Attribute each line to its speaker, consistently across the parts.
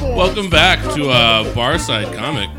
Speaker 1: Welcome back to uh, Barside Comic.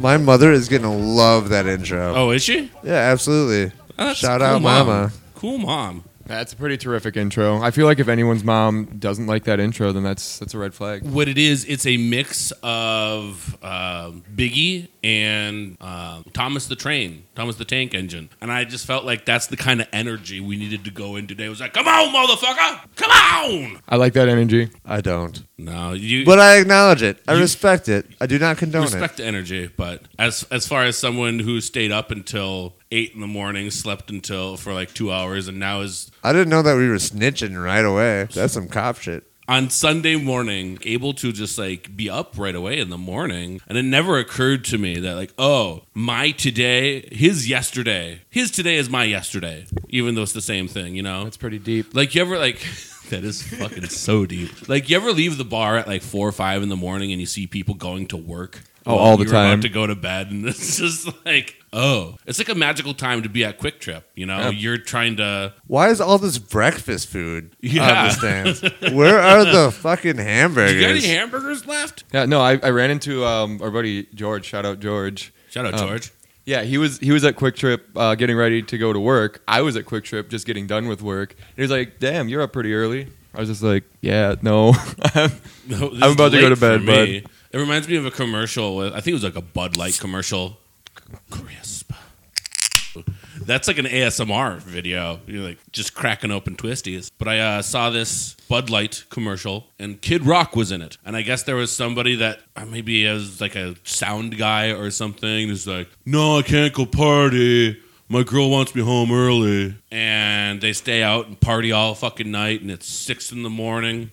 Speaker 2: My mother is gonna love that intro.
Speaker 1: Oh, is she?
Speaker 2: Yeah, absolutely.
Speaker 1: That's
Speaker 2: Shout
Speaker 1: cool
Speaker 2: out,
Speaker 1: mom.
Speaker 2: Mama.
Speaker 1: Cool mom.
Speaker 3: That's a pretty terrific intro. I feel like if anyone's mom doesn't like that intro, then that's that's a red flag.
Speaker 1: What it is, it's a mix of uh, Biggie and uh, Thomas the Train, Thomas the Tank Engine, and I just felt like that's the kind of energy we needed to go in today. It was like, come on, motherfucker, come on.
Speaker 3: I like that energy.
Speaker 2: I don't,
Speaker 1: No, you
Speaker 2: but uh, I acknowledge it. I
Speaker 1: You-
Speaker 2: respect it. I do not condone
Speaker 1: respect the energy, but as as far as someone who stayed up until eight in the morning, slept until for like two hours, and now is
Speaker 2: it. I didn't know that we were snitching right away. That's some cop shit.
Speaker 1: on Sunday morning able to just like be up right away in the morning. And it never occurred to me that like, oh, my today, his yesterday, his today is my yesterday, even though it's the same thing, you know?
Speaker 3: That's pretty deep.
Speaker 1: Like you ever like that is fucking so deep. Like you ever leave the bar at like four or five in the morning and you see people going to work.
Speaker 3: Oh,
Speaker 1: while
Speaker 3: all the
Speaker 1: you're about
Speaker 3: time.
Speaker 1: to go to bed, and it's just like, oh, it's like a magical time to be at Quick Trip. You know,
Speaker 3: Yeah.
Speaker 1: you're trying to
Speaker 2: Why is all this breakfast food
Speaker 1: Yeah.
Speaker 2: on the stands? Where are the fucking
Speaker 1: you got
Speaker 2: hamburgers?
Speaker 1: any hamburgers left?
Speaker 3: Yeah, no, I, I ran into um, our buddy George. Shout out George.
Speaker 1: Shout out
Speaker 3: Um,
Speaker 1: George.
Speaker 3: Yeah, he was he was at Quick Trip uh, getting ready to go to work. I was at Quick Trip just getting done with work. And he was like, "Damn, you're up pretty early." I was just like, "Yeah, no."
Speaker 1: No, this
Speaker 3: I'm
Speaker 1: is
Speaker 3: about to go
Speaker 1: late
Speaker 3: to
Speaker 1: for
Speaker 3: bed,
Speaker 1: me. It reminds me of a commercial. With, I think it was like a Bud Light commercial. Crisp. That's like an ASMR video. You're like just cracking open twisties. But I uh, saw this Bud Light commercial, and Kid Rock was in it. And I guess there was somebody that uh, maybe as like a sound guy or something who's like, "No, I can't go party. My girl wants me home early." And they stay out and party all fucking night, and it's six in the morning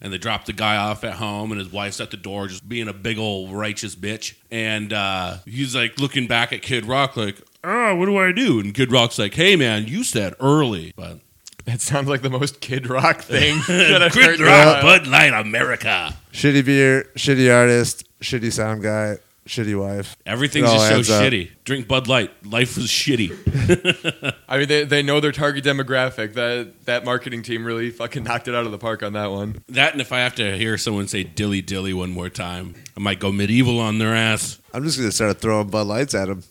Speaker 1: and they dropped the guy off at home and his wife's at the door just being a big old righteous bitch and uh, he's like looking back at kid rock like oh what do i do and kid rock's like hey man you said early but
Speaker 3: that sounds like the most Kid Rock thing. that I've
Speaker 1: Kid
Speaker 3: heard in a
Speaker 1: rock
Speaker 3: while.
Speaker 1: bud light america
Speaker 2: Shitty beer, shitty artist, shitty sound guy, shitty wife.
Speaker 1: everything's
Speaker 2: It all
Speaker 1: just
Speaker 2: adds
Speaker 1: so
Speaker 2: up.
Speaker 1: shitty drink bud light life is shitty
Speaker 3: I mean, they, they know their target demographic. That that marketing team really fucking knocked it out of the park on that one.
Speaker 1: that and if i have to hear someone say dilly dilly one more time i might go medieval on their ass
Speaker 2: I'm just gonna start throwing Bud Lights at him.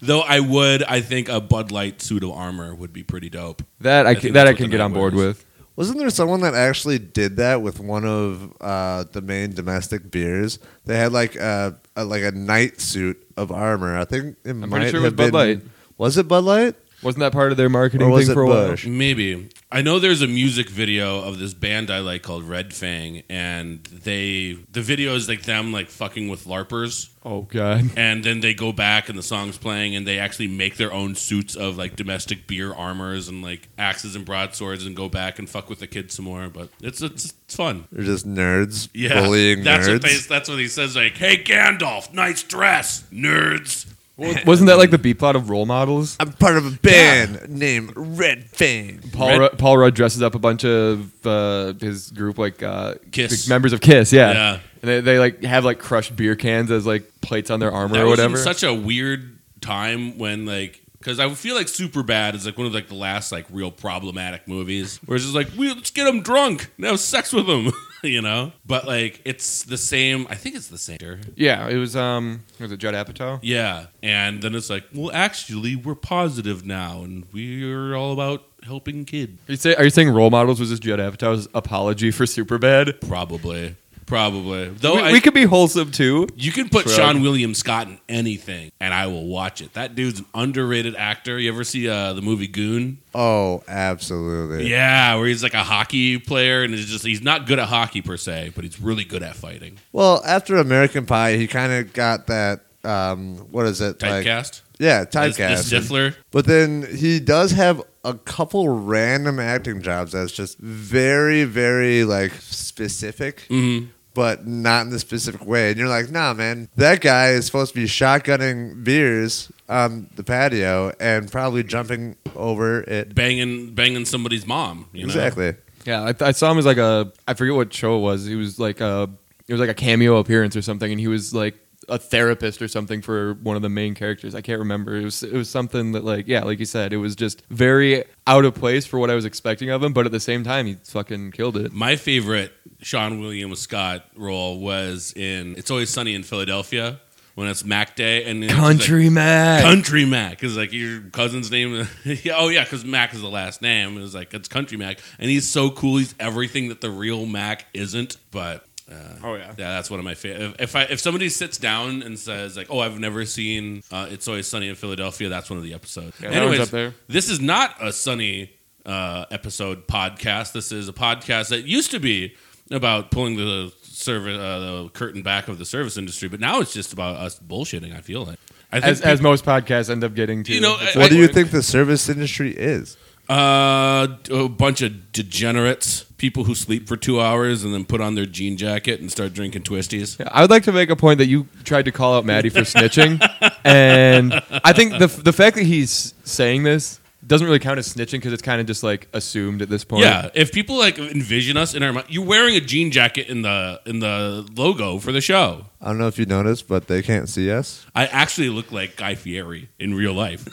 Speaker 1: though i would i think a bud light suit of armor would be pretty dope
Speaker 3: That I,
Speaker 1: think
Speaker 3: can,
Speaker 1: that's
Speaker 3: that I
Speaker 1: what the
Speaker 3: can get
Speaker 1: night
Speaker 3: on board
Speaker 1: was.
Speaker 3: with.
Speaker 2: Wasn't there someone that actually did that with one of uh, the main domestic beers? They had like a, a like a night suit of armor. I think it might
Speaker 3: sure it was
Speaker 2: have
Speaker 3: Bud
Speaker 2: been.
Speaker 3: Light.
Speaker 2: Was it Bud Light?
Speaker 3: Wasn't that part of their marketing
Speaker 2: Or was
Speaker 3: thing
Speaker 2: it
Speaker 3: for a while?
Speaker 2: Bush?
Speaker 1: Maybe. I know there's a music video of this band I like called Red Fang, and they the video is like them like fucking with larpers,
Speaker 3: Oh god.
Speaker 1: and then they go back and the song's playing, and they actually make their own suits of like domestic beer armors and like axes and broadswords, and go back and fuck with the kids some more. But it's it's, it's fun.
Speaker 2: They're just nerds
Speaker 1: Yeah,
Speaker 2: bullying
Speaker 1: that's
Speaker 2: nerds.
Speaker 1: what they, that's what he says. Like, hey Gandalf, nice dress, nerds.
Speaker 3: Wasn't that like the B plot of role models?
Speaker 2: I'm part of a band named Red Fang.
Speaker 3: Paul
Speaker 1: Red-
Speaker 3: Rudd, Paul Rudd dresses up a bunch of uh, his group like uh,
Speaker 1: Kiss.
Speaker 3: the members of Kiss, yeah.
Speaker 1: Yeah.
Speaker 3: And they, they like have like crushed beer cans as like plates on their armor
Speaker 1: that
Speaker 3: or
Speaker 1: was in
Speaker 3: whatever.
Speaker 1: such a weird time when like because I feel like Superbad is like one of like the last like real problematic movies where it's just like we let's get them drunk and have sex with them, you know. But like it's the same. I think it's the same. actor.
Speaker 3: yeah, it was um was it Judd Apatow?
Speaker 1: Yeah, and then it's like well actually we're positive now and we're all about helping kid.
Speaker 3: Are you, say, are you saying role models was just Judd Apatow's apology for Superbad?
Speaker 1: Probably, probably though.
Speaker 3: we,
Speaker 1: Oh, I,
Speaker 3: we could be wholesome too.
Speaker 1: You can put
Speaker 3: Shrug.
Speaker 1: Sean William Scott in anything, and I will watch it. That dude's an underrated actor. You ever see uh, the movie Goon?
Speaker 2: Oh, absolutely.
Speaker 1: Yeah, where he's like a hockey player and he's just he's not good at hockey per se, but he's really good at fighting.
Speaker 2: Well, after American Pie, he kind of got that. Um, what is it? Like-
Speaker 1: Typecast?
Speaker 2: yeah,
Speaker 1: As the
Speaker 2: typecast.
Speaker 1: Stifler.
Speaker 2: But then he does have a couple random acting jobs that's just very, very like specific,
Speaker 1: Mm-hmm.
Speaker 2: but not in the specific way. And you're like, nah, man, that guy is supposed to be shotgunning beers on the patio and probably jumping over it.
Speaker 1: Banging banging somebody's mom. You know?
Speaker 2: Exactly.
Speaker 3: Yeah, I, th- I saw him as like a I forget what show it was. He was like a it was like a cameo appearance or something, and he was like a therapist or something for one of the main characters. I can't remember. It was it was something that like yeah, like you said, it was just very out of place for what I was expecting of him. But at the same time, he fucking killed it.
Speaker 1: My favorite Sean William Scott role was in It's Always Sunny in Philadelphia when it's Mac Day and it's like,
Speaker 3: man.
Speaker 1: Country Mac is like your cousin's name. Yeah, oh yeah, because Mac is the last name. It's like it's Country Mac, and he's so cool. He's everything that the real Mac isn't. But uh,
Speaker 4: Oh yeah.
Speaker 1: yeah, that's one of my favorite. If, if I if somebody sits down and says like, "Oh, I've never seen uh, It's Always Sunny in Philadelphia," that's one of the episodes.
Speaker 4: Yeah, that one's up there.
Speaker 1: this is not a sunny uh, episode podcast. This is a podcast that used to be about pulling the service uh, the curtain back of the service industry, but now it's just about us bullshitting. I feel like. I think
Speaker 3: As, as most podcasts end up getting to.
Speaker 1: You know,
Speaker 3: It's
Speaker 1: I-
Speaker 2: What
Speaker 3: like-
Speaker 2: do you think the service industry is?
Speaker 1: Uh, a bunch of degenerates, people who sleep for two hours and then put on their jean jacket and start drinking twisties.
Speaker 3: I would like to make a point that you tried to call out Maddie for snitching, and I think the the fact that he's saying this doesn't really count as snitching because it's kind of just like assumed at this point.
Speaker 1: Yeah, if people like envision us in our mind, you're wearing a jean jacket in the in the logo for the show.
Speaker 2: I don't know if you noticed, but they can't see us.
Speaker 1: I actually look like Guy Fieri in real life.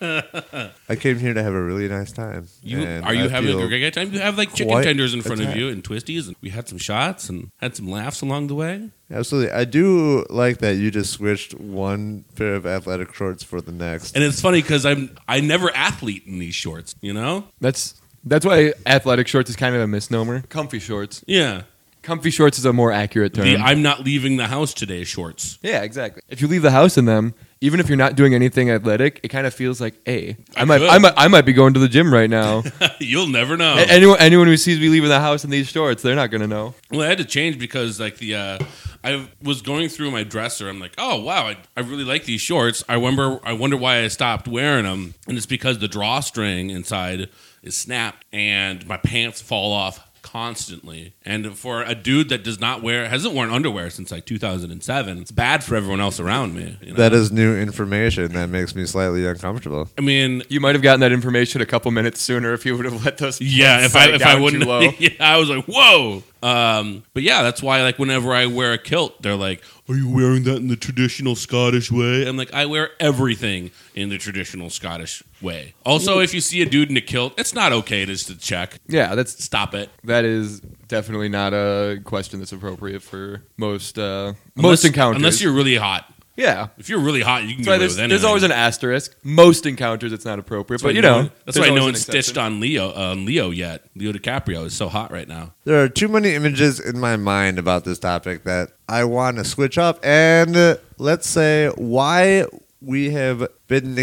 Speaker 2: I came here to have a really nice time.
Speaker 1: You
Speaker 2: and
Speaker 1: are you
Speaker 2: I
Speaker 1: having a
Speaker 2: feel-
Speaker 1: great guy time? You have like chicken
Speaker 2: quite
Speaker 1: tenders in front of
Speaker 2: attacked.
Speaker 1: you and twisties, and we had some shots and had some laughs along the way.
Speaker 2: Absolutely. I do like that you just switched one pair of athletic shorts for the next.
Speaker 1: And it's funny because I'm I never athlete in these shorts. You know?
Speaker 3: that's that's why athletic shorts is kind of a misnomer. Comfy shorts.
Speaker 1: Yeah.
Speaker 3: Comfy shorts is a more accurate term.
Speaker 1: The I'm not leaving the house today shorts.
Speaker 3: yeah, exactly. If you leave the house in them, even if you're not doing anything athletic, it kind of feels like, hey, I,
Speaker 1: I
Speaker 3: might,
Speaker 1: could.
Speaker 3: I might, I might be going to the gym right now.
Speaker 1: You'll never know.
Speaker 3: A- anyone, anyone who sees me leaving the house in these shorts, they're not gonna know.
Speaker 1: Well, I had to change because like the uh, I was going through my dresser. I'm like, oh wow, I, I really like these shorts. I wonder I wonder why I stopped wearing them, and it's because the drawstring inside is snapped, and my pants fall off constantly. And for a dude that does not wear hasn't worn underwear since like 2007, it's bad for everyone else around me. You know?
Speaker 2: That is new information that makes me slightly uncomfortable.
Speaker 1: I mean,
Speaker 3: You might have gotten that information a couple minutes sooner if you would have let those.
Speaker 1: Yeah, if I
Speaker 3: sag
Speaker 1: if
Speaker 3: down
Speaker 1: I
Speaker 3: too
Speaker 1: wouldn't,
Speaker 3: low.
Speaker 1: yeah, I was like, whoa. Um, but yeah, that's why like whenever I wear a kilt, they're like, "Are you wearing that in the traditional Scottish way?" I'm like, I wear everything in the traditional Scottish way. Also, if you see a dude in a kilt, it's not okay just to check.
Speaker 3: yeah, that's
Speaker 1: Stop it.
Speaker 3: that is definitely not a question that's appropriate for most uh,
Speaker 1: Unless-
Speaker 3: most encounters.
Speaker 1: unless you're really hot.
Speaker 3: yeah.
Speaker 1: If you're really hot, you can
Speaker 3: That's
Speaker 1: get
Speaker 3: why
Speaker 1: away
Speaker 3: there's,
Speaker 1: with anything.
Speaker 3: there's always an asterisk. Most encounters, it's not appropriate,
Speaker 1: That's why
Speaker 3: but you
Speaker 1: no
Speaker 3: know,
Speaker 1: one- that's
Speaker 3: there's
Speaker 1: why no
Speaker 3: always
Speaker 1: one's
Speaker 3: an exception.
Speaker 1: stitched on Leo uh, on Leo yet. Leo DiCaprio is so hot right now.
Speaker 2: There are too many images in my mind about this topic that I want to switch up and uh, let's say why we have been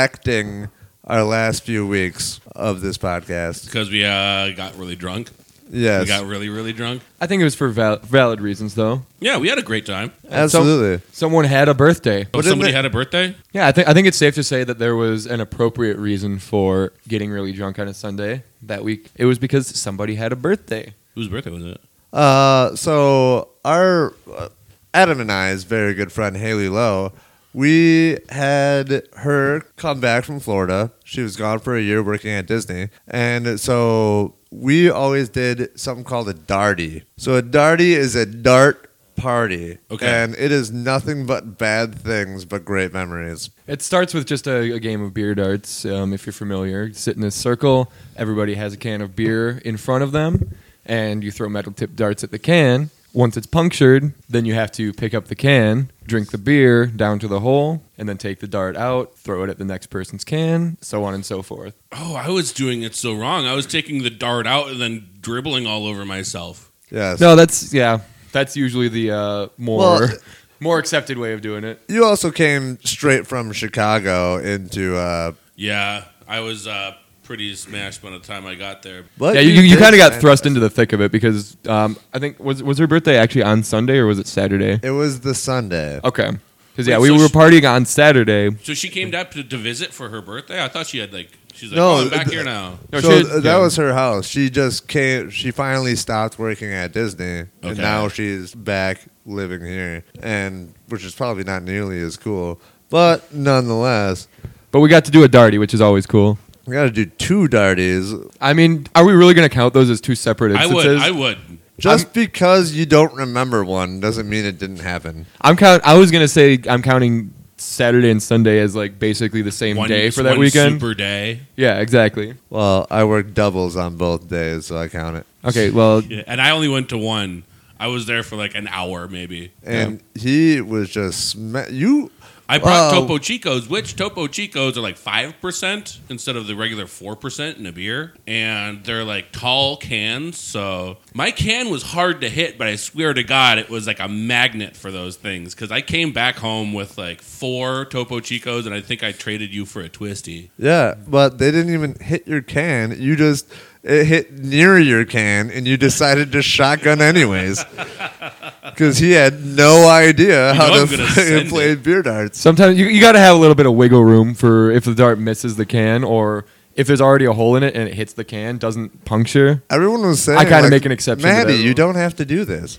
Speaker 2: neglecting our last few weeks of this podcast.
Speaker 1: Because we uh, got really drunk.
Speaker 2: Yes.
Speaker 1: We got really, really drunk.
Speaker 3: I think it was for val- valid reasons, though.
Speaker 1: Yeah, we had a great time.
Speaker 2: Absolutely.
Speaker 3: Someone had a birthday.
Speaker 1: Oh,
Speaker 2: But in
Speaker 1: somebody
Speaker 2: the-
Speaker 1: had a birthday?
Speaker 3: Yeah, I think I think it's safe to say that there was an appropriate reason for getting really drunk on a Sunday that week. It was because somebody had a birthday.
Speaker 1: Whose birthday was it?
Speaker 2: Uh, so our uh, Adam and I's very good friend Haley Lowe, we had her come back from Florida. She was gone for a year working at Disney, and so we always did something called a darty. So a darty is a dart party,
Speaker 1: Okay.
Speaker 2: and it is nothing but bad things, but great memories.
Speaker 3: It starts with just a, a game of beer darts. Um, if you're familiar, sit in a circle. Everybody has a can of beer in front of them, and you throw metal tip darts at the can. Once it's punctured, then you have to pick up the can, drink the beer down to the hole, and then take the dart out, throw it at the next person's can, so on and so forth.
Speaker 1: Oh, I was doing it so wrong. I was taking the dart out and then dribbling all over myself.
Speaker 2: Yes.
Speaker 3: No, that's yeah. That's usually the uh, more
Speaker 2: Well-
Speaker 3: more accepted way of doing it.
Speaker 2: You also came straight from Chicago into uh,
Speaker 1: Yeah, I was uh, pretty smashed by the time I got there.
Speaker 2: but
Speaker 3: yeah, you, you,
Speaker 2: did
Speaker 3: kind of got
Speaker 2: it.
Speaker 3: thrust into the thick of it because um, I think was was her birthday actually on Sunday or was it Saturday?
Speaker 2: It was the Sunday.
Speaker 3: Okay, because yeah,
Speaker 1: Wait,
Speaker 3: we
Speaker 1: so
Speaker 3: were
Speaker 1: she-
Speaker 3: partying on Saturday.
Speaker 1: So she came up to, to visit for her birthday. I thought she had like she's like,
Speaker 2: No,
Speaker 1: oh, I'm back
Speaker 2: th-
Speaker 1: here now.
Speaker 3: No,
Speaker 2: so
Speaker 3: she-
Speaker 2: th- that
Speaker 3: yeah.
Speaker 2: was her house. She just came. She finally stopped working at Disney, and
Speaker 1: Okay.
Speaker 2: now she's back living here, and which is probably not nearly as cool, but nonetheless,
Speaker 3: but we got to do a darty, which is always cool.
Speaker 2: we got to do two darties.
Speaker 3: I mean, are we really going to count those as two separate
Speaker 1: I
Speaker 3: instances?
Speaker 1: would, I would.
Speaker 2: Just because you don't remember one doesn't mean it didn't happen.
Speaker 3: I'm count. I was gonna say I'm counting Saturday and Sunday as like basically the same day for that
Speaker 1: one
Speaker 3: weekend.
Speaker 1: Super day.
Speaker 3: yeah, exactly.
Speaker 2: Well, I work doubles on both days, so I count it.
Speaker 3: Okay, well,
Speaker 1: Yeah, and I only went to one. I was there for like an hour, maybe.
Speaker 2: And he was just sma- you.
Speaker 1: I brought
Speaker 2: Wow.
Speaker 1: Topo Chicos, which Topo Chicos are like 5% instead of the regular 4% in a beer. And they're like tall cans. So my can was hard to hit, but I swear to God, it was like a magnet for those things. Cause I came back home with like four Topo Chicos, and I think I traded you for a twisty.
Speaker 2: Yeah, but they didn't even hit your can. You just it hit near your can, and you decided to shotgun anyways because he had no idea how
Speaker 1: know I'm
Speaker 2: to
Speaker 1: gonna
Speaker 2: fucking
Speaker 1: send
Speaker 2: play
Speaker 1: it.
Speaker 2: beer darts.
Speaker 3: sometimes you you gotta have a little bit of wiggle room for if the dart misses the can or if there's already a hole in it and it hits the can, doesn't puncture.
Speaker 2: Everyone was saying,
Speaker 3: I kinda
Speaker 2: like,
Speaker 3: make an exception to
Speaker 2: Maddie,
Speaker 3: that
Speaker 2: you
Speaker 3: rule."
Speaker 2: don't have to do this.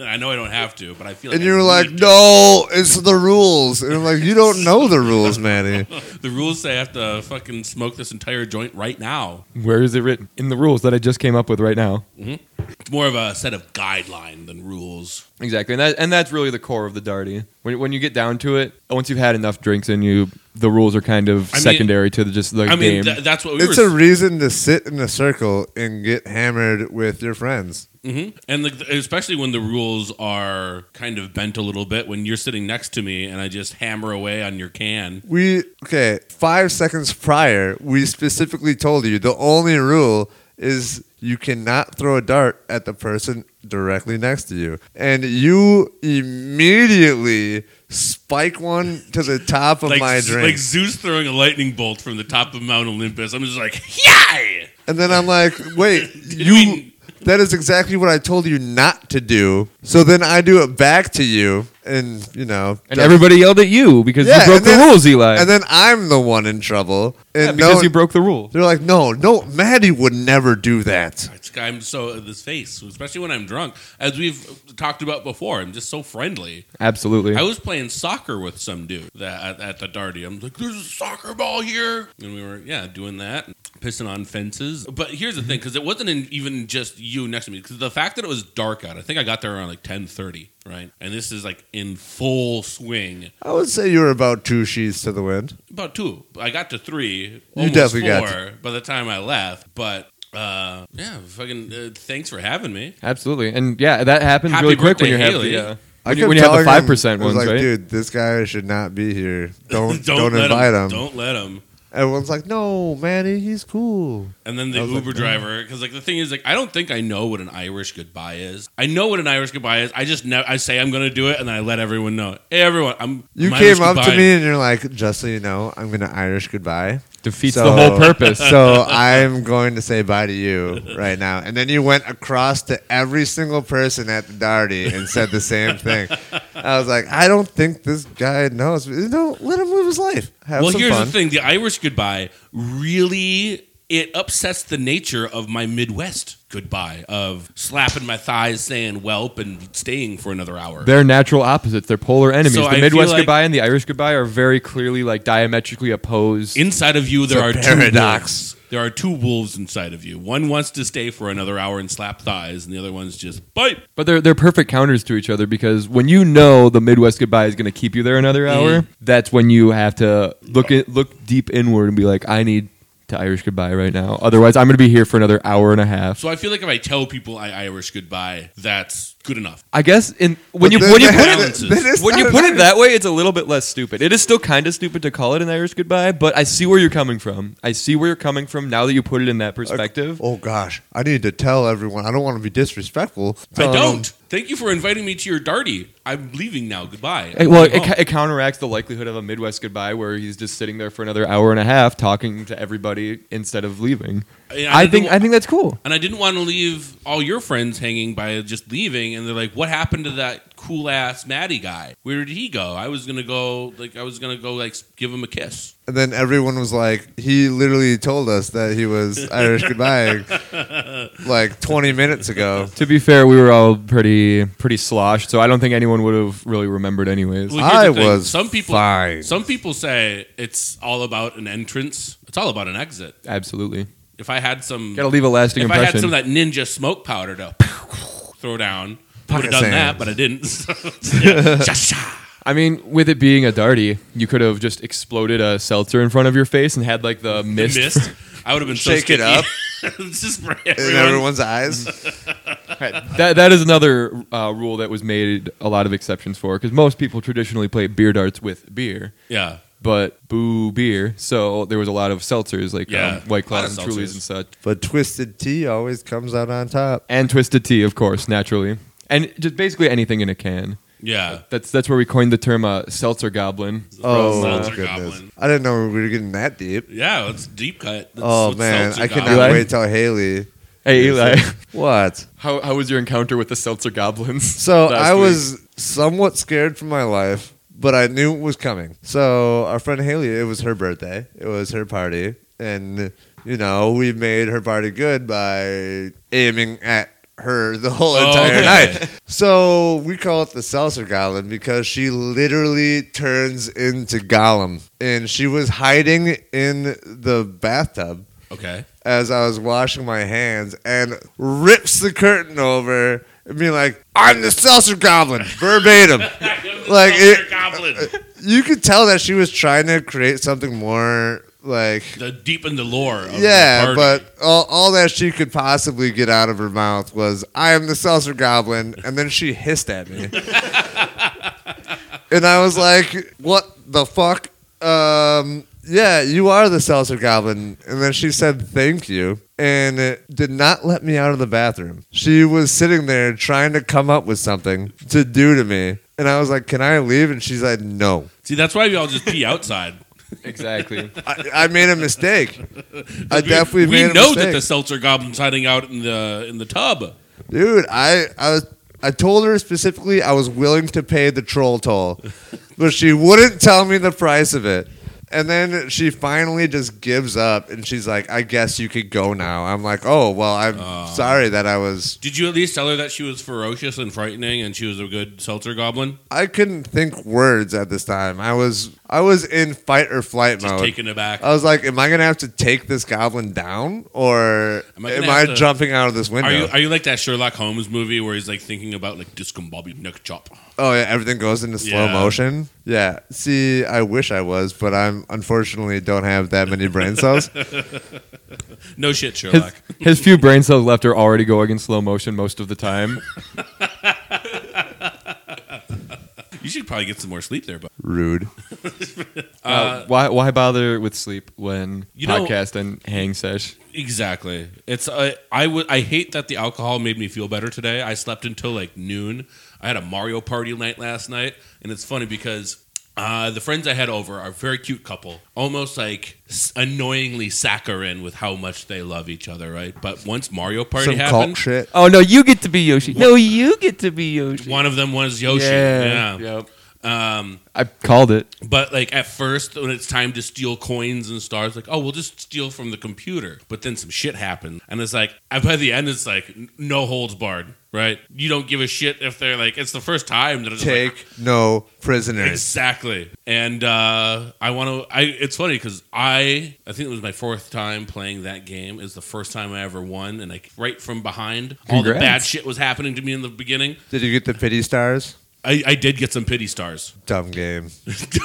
Speaker 1: I know I don't have to, but I feel like.
Speaker 2: And
Speaker 1: I
Speaker 2: you were like,
Speaker 1: need
Speaker 2: no, it's the rules. And I'm like, you don't know the rules, Maddie.
Speaker 1: to. The rules say I have to fucking smoke this entire joint right now.
Speaker 3: Where is it written in the rules that I just came up with right now?
Speaker 1: It's more of a set of guideline than rules.
Speaker 3: Exactly, and that, and that's really the core of the darty. When, when you get down to it, once you've had enough drinks in you, the rules are kind of
Speaker 1: I mean-
Speaker 3: secondary to the, just the
Speaker 1: I mean,
Speaker 3: game.
Speaker 1: th- that's what we
Speaker 2: It's
Speaker 1: were
Speaker 2: a reason to sit in a circle and get hammered with your friends.
Speaker 1: hmm And like, especially when the rules are kind of bent a little bit, when you're sitting next to me and I just hammer away on your can.
Speaker 2: We, okay, five seconds prior, we specifically told you the only rule is you cannot throw a dart at the person directly next to you. And you immediately spike one to the top of
Speaker 1: Like,
Speaker 2: my drink.
Speaker 1: like Zeus throwing a lightning bolt from the top of Mount Olympus. I'm just like, yay!
Speaker 2: And then I'm like, wait,
Speaker 1: You
Speaker 2: you.
Speaker 1: mean-
Speaker 2: that is exactly what I told you not to do. So then I do it back to you, and you know,
Speaker 3: and everybody yelled at you because
Speaker 2: Yeah,
Speaker 3: you broke
Speaker 2: and
Speaker 3: the
Speaker 2: then-
Speaker 3: rules, Eli.
Speaker 2: and then I'm the one in trouble. And
Speaker 3: yeah,
Speaker 2: no,
Speaker 3: because you broke the rule.
Speaker 2: they're like, no, no, Maddie would never do that.
Speaker 1: It's- I'm so this face, especially when I'm drunk, as we've talked about before. I'm just so friendly.
Speaker 3: Absolutely.
Speaker 1: I was playing soccer with some dude that, at, at the Darty. I'm like, there's a soccer ball here. And we were, yeah, doing that, pissing on fences. But here's the thing,
Speaker 2: Mm-hmm.
Speaker 1: because it wasn't in, even just you next to me. Because the fact that it was dark out, I think I got there around like 10.30, right? And this is like in full swing.
Speaker 2: I would say you were about two sheets to the wind.
Speaker 1: About two. I got to three. Almost
Speaker 2: definitely
Speaker 1: four
Speaker 2: got
Speaker 1: by the time I left. But uh, yeah, fucking uh, thanks for having me.
Speaker 3: Absolutely, and yeah, that happens
Speaker 1: Happy
Speaker 3: really quick
Speaker 1: birthday,
Speaker 3: when you have
Speaker 1: Haley.
Speaker 3: the uh,
Speaker 2: I
Speaker 3: when, you,
Speaker 2: kept
Speaker 3: when you have the
Speaker 2: telling him,
Speaker 3: five percent
Speaker 2: I was
Speaker 3: ones,
Speaker 2: like,
Speaker 3: right?
Speaker 2: dude, this guy should not be here. Don't don't,
Speaker 1: let
Speaker 2: invite him.
Speaker 1: Don't let him.
Speaker 2: Everyone's like, no, Maddie, he's cool.
Speaker 1: And then the
Speaker 2: I was
Speaker 1: Uber
Speaker 2: like,
Speaker 1: driver, 'cause
Speaker 2: "Damn."
Speaker 1: driver, because like the thing is, like I don't think I know what an Irish goodbye is. I know what an Irish goodbye is. I just know I say I'm going to do it, and then I let everyone know. Hey, everyone, I'm.
Speaker 2: You
Speaker 1: I'm Irish
Speaker 2: came up to
Speaker 1: goodbye."
Speaker 2: me and you're like, just so you know, I'm gonna Irish goodbye.
Speaker 3: Defeats
Speaker 2: So-
Speaker 3: the whole purpose.
Speaker 2: So I'm going to say bye to you right now. And then you went across to every single person at the Darty and said the same thing. I was like, I don't think this guy knows. You know, let him live his life. Have
Speaker 1: Well,
Speaker 2: some
Speaker 1: here's
Speaker 2: fun.
Speaker 1: the thing: the Irish goodbye really it upsets the nature of my Midwest goodbye of slapping my thighs, saying "welp," and staying for another hour.
Speaker 3: They're natural opposites. They're polar enemies.
Speaker 1: So I
Speaker 3: the
Speaker 1: feel
Speaker 3: Midwest
Speaker 1: like-
Speaker 3: goodbye and the Irish goodbye are very clearly like diametrically opposed.
Speaker 1: Inside of you, there
Speaker 2: a
Speaker 1: are
Speaker 2: paradox.
Speaker 1: two wolves. There are two wolves inside of you. One wants to stay for another hour and slap thighs, and the other one's just bite.
Speaker 3: But they're they're perfect counters to each other because when you know the Midwest goodbye is going to keep you there another hour, that's when you have to look in, look deep inward and be like, I need to Irish goodbye right now. Otherwise, I'm going to be here for another hour and a half.
Speaker 1: So I feel like if I tell people I Irish goodbye, that's good enough.
Speaker 3: I guess in when
Speaker 2: But
Speaker 3: you
Speaker 2: then
Speaker 3: when you
Speaker 2: that-
Speaker 3: put it
Speaker 1: balances.
Speaker 2: that is
Speaker 3: when
Speaker 2: not
Speaker 3: you
Speaker 2: an
Speaker 3: put it
Speaker 2: Irish-
Speaker 3: that way, it's a little bit less stupid. It is still kind of stupid to call it an Irish goodbye, but I see where you're coming from. I see where you're coming from now that you put it in that perspective.
Speaker 2: Oh gosh, I need to tell everyone. I don't want to be disrespectful.
Speaker 1: I
Speaker 2: Um,
Speaker 1: don't. Thank you for inviting me to your darty. I'm leaving now. Goodbye.
Speaker 3: It- well,
Speaker 1: I'm
Speaker 3: it,
Speaker 1: home.
Speaker 3: ca- it counteracts the likelihood of a Midwest goodbye where he's just sitting there for another hour and a half talking to everybody instead of leaving.
Speaker 1: And I
Speaker 3: I, think
Speaker 1: didn't-
Speaker 3: I think that's cool.
Speaker 1: and I didn't want to leave all your friends hanging by just leaving. And they're like, "What happened to that cool ass Maddie guy? Where did he go? I was gonna go like I was gonna go like give him a kiss."
Speaker 2: And then everyone was like, he literally told us that he was Irish goodbye like 20 minutes ago.
Speaker 3: To be fair, we were all pretty pretty sloshed, so I don't think anyone would have really remembered anyways.
Speaker 1: Well, here's
Speaker 2: I
Speaker 1: the thing.
Speaker 2: was
Speaker 1: some people.
Speaker 2: fine.
Speaker 1: Some people say it's all about an entrance. It's all about an exit.
Speaker 3: Absolutely,
Speaker 1: If I had some,
Speaker 3: gotta leave a lasting
Speaker 1: if I had
Speaker 3: impression.
Speaker 1: some of that ninja smoke powder to throw down. I would
Speaker 2: Pocket
Speaker 1: have done that,
Speaker 2: sands.
Speaker 1: but I didn't. So, yeah. Sha-sha.
Speaker 3: I mean, with it being a darty, you could have just exploded a seltzer in front of your face and had like the mist.
Speaker 1: Missed. I would have been so
Speaker 2: Shake it
Speaker 1: sticky.
Speaker 2: up.
Speaker 1: It's just for
Speaker 2: in
Speaker 1: everyone.
Speaker 2: everyone's eyes.
Speaker 3: That that is another uh, rule that was made a lot of exceptions for because most people traditionally play beer darts with beer,
Speaker 1: Yeah.
Speaker 3: but boo beer. So there was a lot of seltzers like
Speaker 1: Yeah,
Speaker 3: um, White
Speaker 1: a lot
Speaker 3: Claws
Speaker 1: of
Speaker 3: and Trulies
Speaker 1: seltzers.
Speaker 3: and such,
Speaker 2: But twisted tea always comes out on top.
Speaker 3: and twisted tea, of course, naturally, and just basically anything in a can.
Speaker 1: Yeah.
Speaker 3: That's that's where we coined the term uh, seltzer goblin.
Speaker 2: Oh
Speaker 1: Seltzer
Speaker 2: my goodness!
Speaker 1: Goblin.
Speaker 2: I didn't know we were getting that deep.
Speaker 1: Yeah, it's deep cut. That's
Speaker 2: oh
Speaker 1: what
Speaker 2: man,
Speaker 1: seltzer
Speaker 2: I
Speaker 1: got.
Speaker 2: cannot
Speaker 3: Eli?
Speaker 2: wait till Haley.
Speaker 3: Hey Eli,
Speaker 2: What?
Speaker 3: how how was your encounter with the seltzer goblins?
Speaker 2: So
Speaker 3: last
Speaker 2: I
Speaker 3: week?
Speaker 2: was somewhat scared for my life, but I knew it was coming. So our friend Haley, it was her birthday. It was her party, and you know we made her party good by aiming at her the whole
Speaker 1: Oh,
Speaker 2: entire
Speaker 1: okay.
Speaker 2: night. So we call it the Seltzer Goblin because she literally turns into Gollum, and she was hiding in the bathtub
Speaker 1: Okay.
Speaker 2: as I was washing my hands and rips the curtain over and being like, I'm the seltzer goblin, verbatim. Like,
Speaker 1: Seltzer
Speaker 2: it-
Speaker 1: goblin.
Speaker 2: you could tell that she was trying to create something more like,
Speaker 1: the deep in the lore. Of
Speaker 2: yeah,
Speaker 1: the party.
Speaker 2: but all, all that she could possibly get out of her mouth was, I am the seltzer goblin. And then she hissed at me. and I was like, what the fuck? Um, yeah, you are the seltzer goblin. And then she said, thank you, and uh, did not let me out of the bathroom. She was sitting there trying to come up with something to do to me. And I was like, can I leave? And she's like, no.
Speaker 1: see, that's why we all just pee outside.
Speaker 3: exactly.
Speaker 2: I, I made a mistake. I
Speaker 1: We-
Speaker 2: definitely
Speaker 1: we
Speaker 2: made a
Speaker 1: know
Speaker 2: mistake.
Speaker 1: that the seltzer goblin's hiding out in the in the tub.
Speaker 2: Dude, I, I was I told her specifically I was willing to pay the troll toll, but she wouldn't tell me the price of it. And then she finally just gives up and she's like, I guess you could go now. I'm like, oh, well, I'm sorry that I was.
Speaker 1: Did you at least tell her that she was ferocious and frightening, and she was a good seltzer goblin?
Speaker 2: I couldn't think words at this time. I was I was in fight or flight
Speaker 1: Just
Speaker 2: mode.
Speaker 1: taken aback.
Speaker 2: I Oh, was like, am I going to have to take this goblin down or
Speaker 1: Am
Speaker 2: am
Speaker 1: I
Speaker 2: I,
Speaker 1: gonna have to-
Speaker 2: jumping out of this window?
Speaker 1: are you are you like that Sherlock Holmes movie where he's like thinking about like discombobulated neck chop?
Speaker 2: Oh yeah, everything goes into slow
Speaker 1: Yeah.
Speaker 2: motion. Yeah. See, I wish I was, but I'm unfortunately don't have that many brain cells.
Speaker 1: No shit, Sherlock.
Speaker 3: His, his few brain cells left are already going in slow motion most of the time.
Speaker 1: you should probably get some more sleep there, but
Speaker 2: Rude.
Speaker 3: Uh, why why bother with sleep when
Speaker 1: You know-
Speaker 3: podcast and hang sesh?
Speaker 1: Exactly. It's uh, I would I hate that the alcohol made me feel better today. I slept until like noon. I had a Mario party night last night, and it's funny because uh, the friends I had over are a very cute couple, almost like s- annoyingly saccharine with how much they love each other, right? But once Mario party
Speaker 2: Some
Speaker 1: happened,
Speaker 2: cult shit.
Speaker 3: Oh no, you get to be Yoshi. No, you get to be Yoshi.
Speaker 1: one of them was Yoshi. Yeah.
Speaker 3: Yep.
Speaker 1: Um,
Speaker 3: I called it.
Speaker 1: But like at first, when it's time to steal coins and stars, like oh, we'll just steal from the computer. But then some shit happened, and it's like and by the end, it's like n- no holds barred, right? You don't give a shit if they're like it's the first time that it's like,
Speaker 2: Take no prisoners.
Speaker 1: exactly. And uh, I want to. I it's funny because I I think it was my fourth time playing that game. It's the first time I ever won, and like right from behind, all the
Speaker 3: Congrats.
Speaker 1: bad shit was happening to me in the beginning.
Speaker 2: Did you get the pity stars?
Speaker 1: I, I did get some pity stars.
Speaker 2: Dumb game.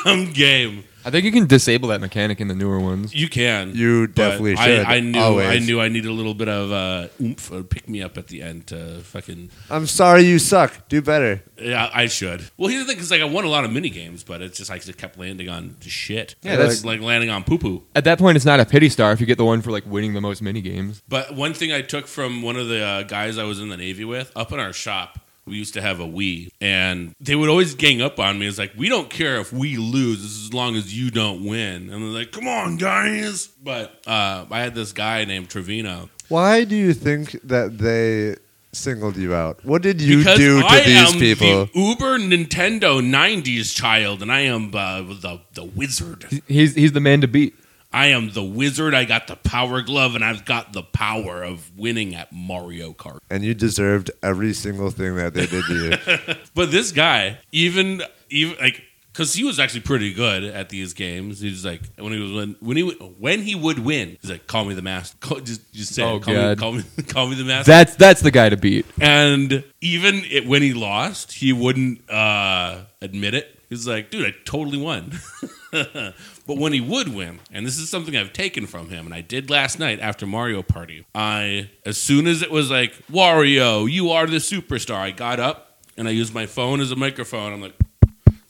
Speaker 1: Dumb game.
Speaker 3: I think you can disable that mechanic in the newer ones.
Speaker 1: You can.
Speaker 2: You
Speaker 1: but
Speaker 2: definitely should,
Speaker 1: I, I knew.
Speaker 2: always.
Speaker 1: I knew I needed a little bit of uh, oomph, or pick me up at the end to fucking.
Speaker 2: I'm sorry you suck. Do better.
Speaker 1: Yeah, I should. Well, here's the thing: because like I won a lot of mini games, but it's just I just kept landing on shit.
Speaker 3: Yeah, that's-
Speaker 1: It's like landing on poo poo.
Speaker 3: At that point, it's not a pity star if you get the one for like winning the most mini games.
Speaker 1: But one thing I took from one of the uh, guys I was in the Navy with up in our shop. We used to have a Wii, and they would always gang up on me. It's like, we don't care if we lose as long as you don't win. And they're like, come on, guys. But uh, I had this guy named Trevino.
Speaker 2: Why do you think that they singled you out? What did you
Speaker 1: because
Speaker 2: do to
Speaker 1: I
Speaker 2: these
Speaker 1: am
Speaker 2: people?
Speaker 1: The Uber Nintendo '90s child, and I am uh, the the wizard.
Speaker 3: He's he's the man to beat.
Speaker 1: I am the wizard. I got the power glove, and I've got the power of winning at Mario Kart.
Speaker 2: and you deserved every single thing that they did to you.
Speaker 1: But this guy, even even like because he was actually pretty good at these games. He was like when he was when when he would- when he would win, he's like, "Call me the master." Call, just just say, it.
Speaker 3: Oh,
Speaker 1: call, me,
Speaker 3: God.
Speaker 1: call me, call me the master.
Speaker 3: That's that's the guy to beat.
Speaker 1: and even it, when he lost, he wouldn't uh, admit it. He's like, "Dude, I totally won." but when he would win, and this is something I've taken from him, and I did last night after Mario Party. I as soon as it was like Wario, you are the superstar. I got up and I used my phone as a microphone. I'm like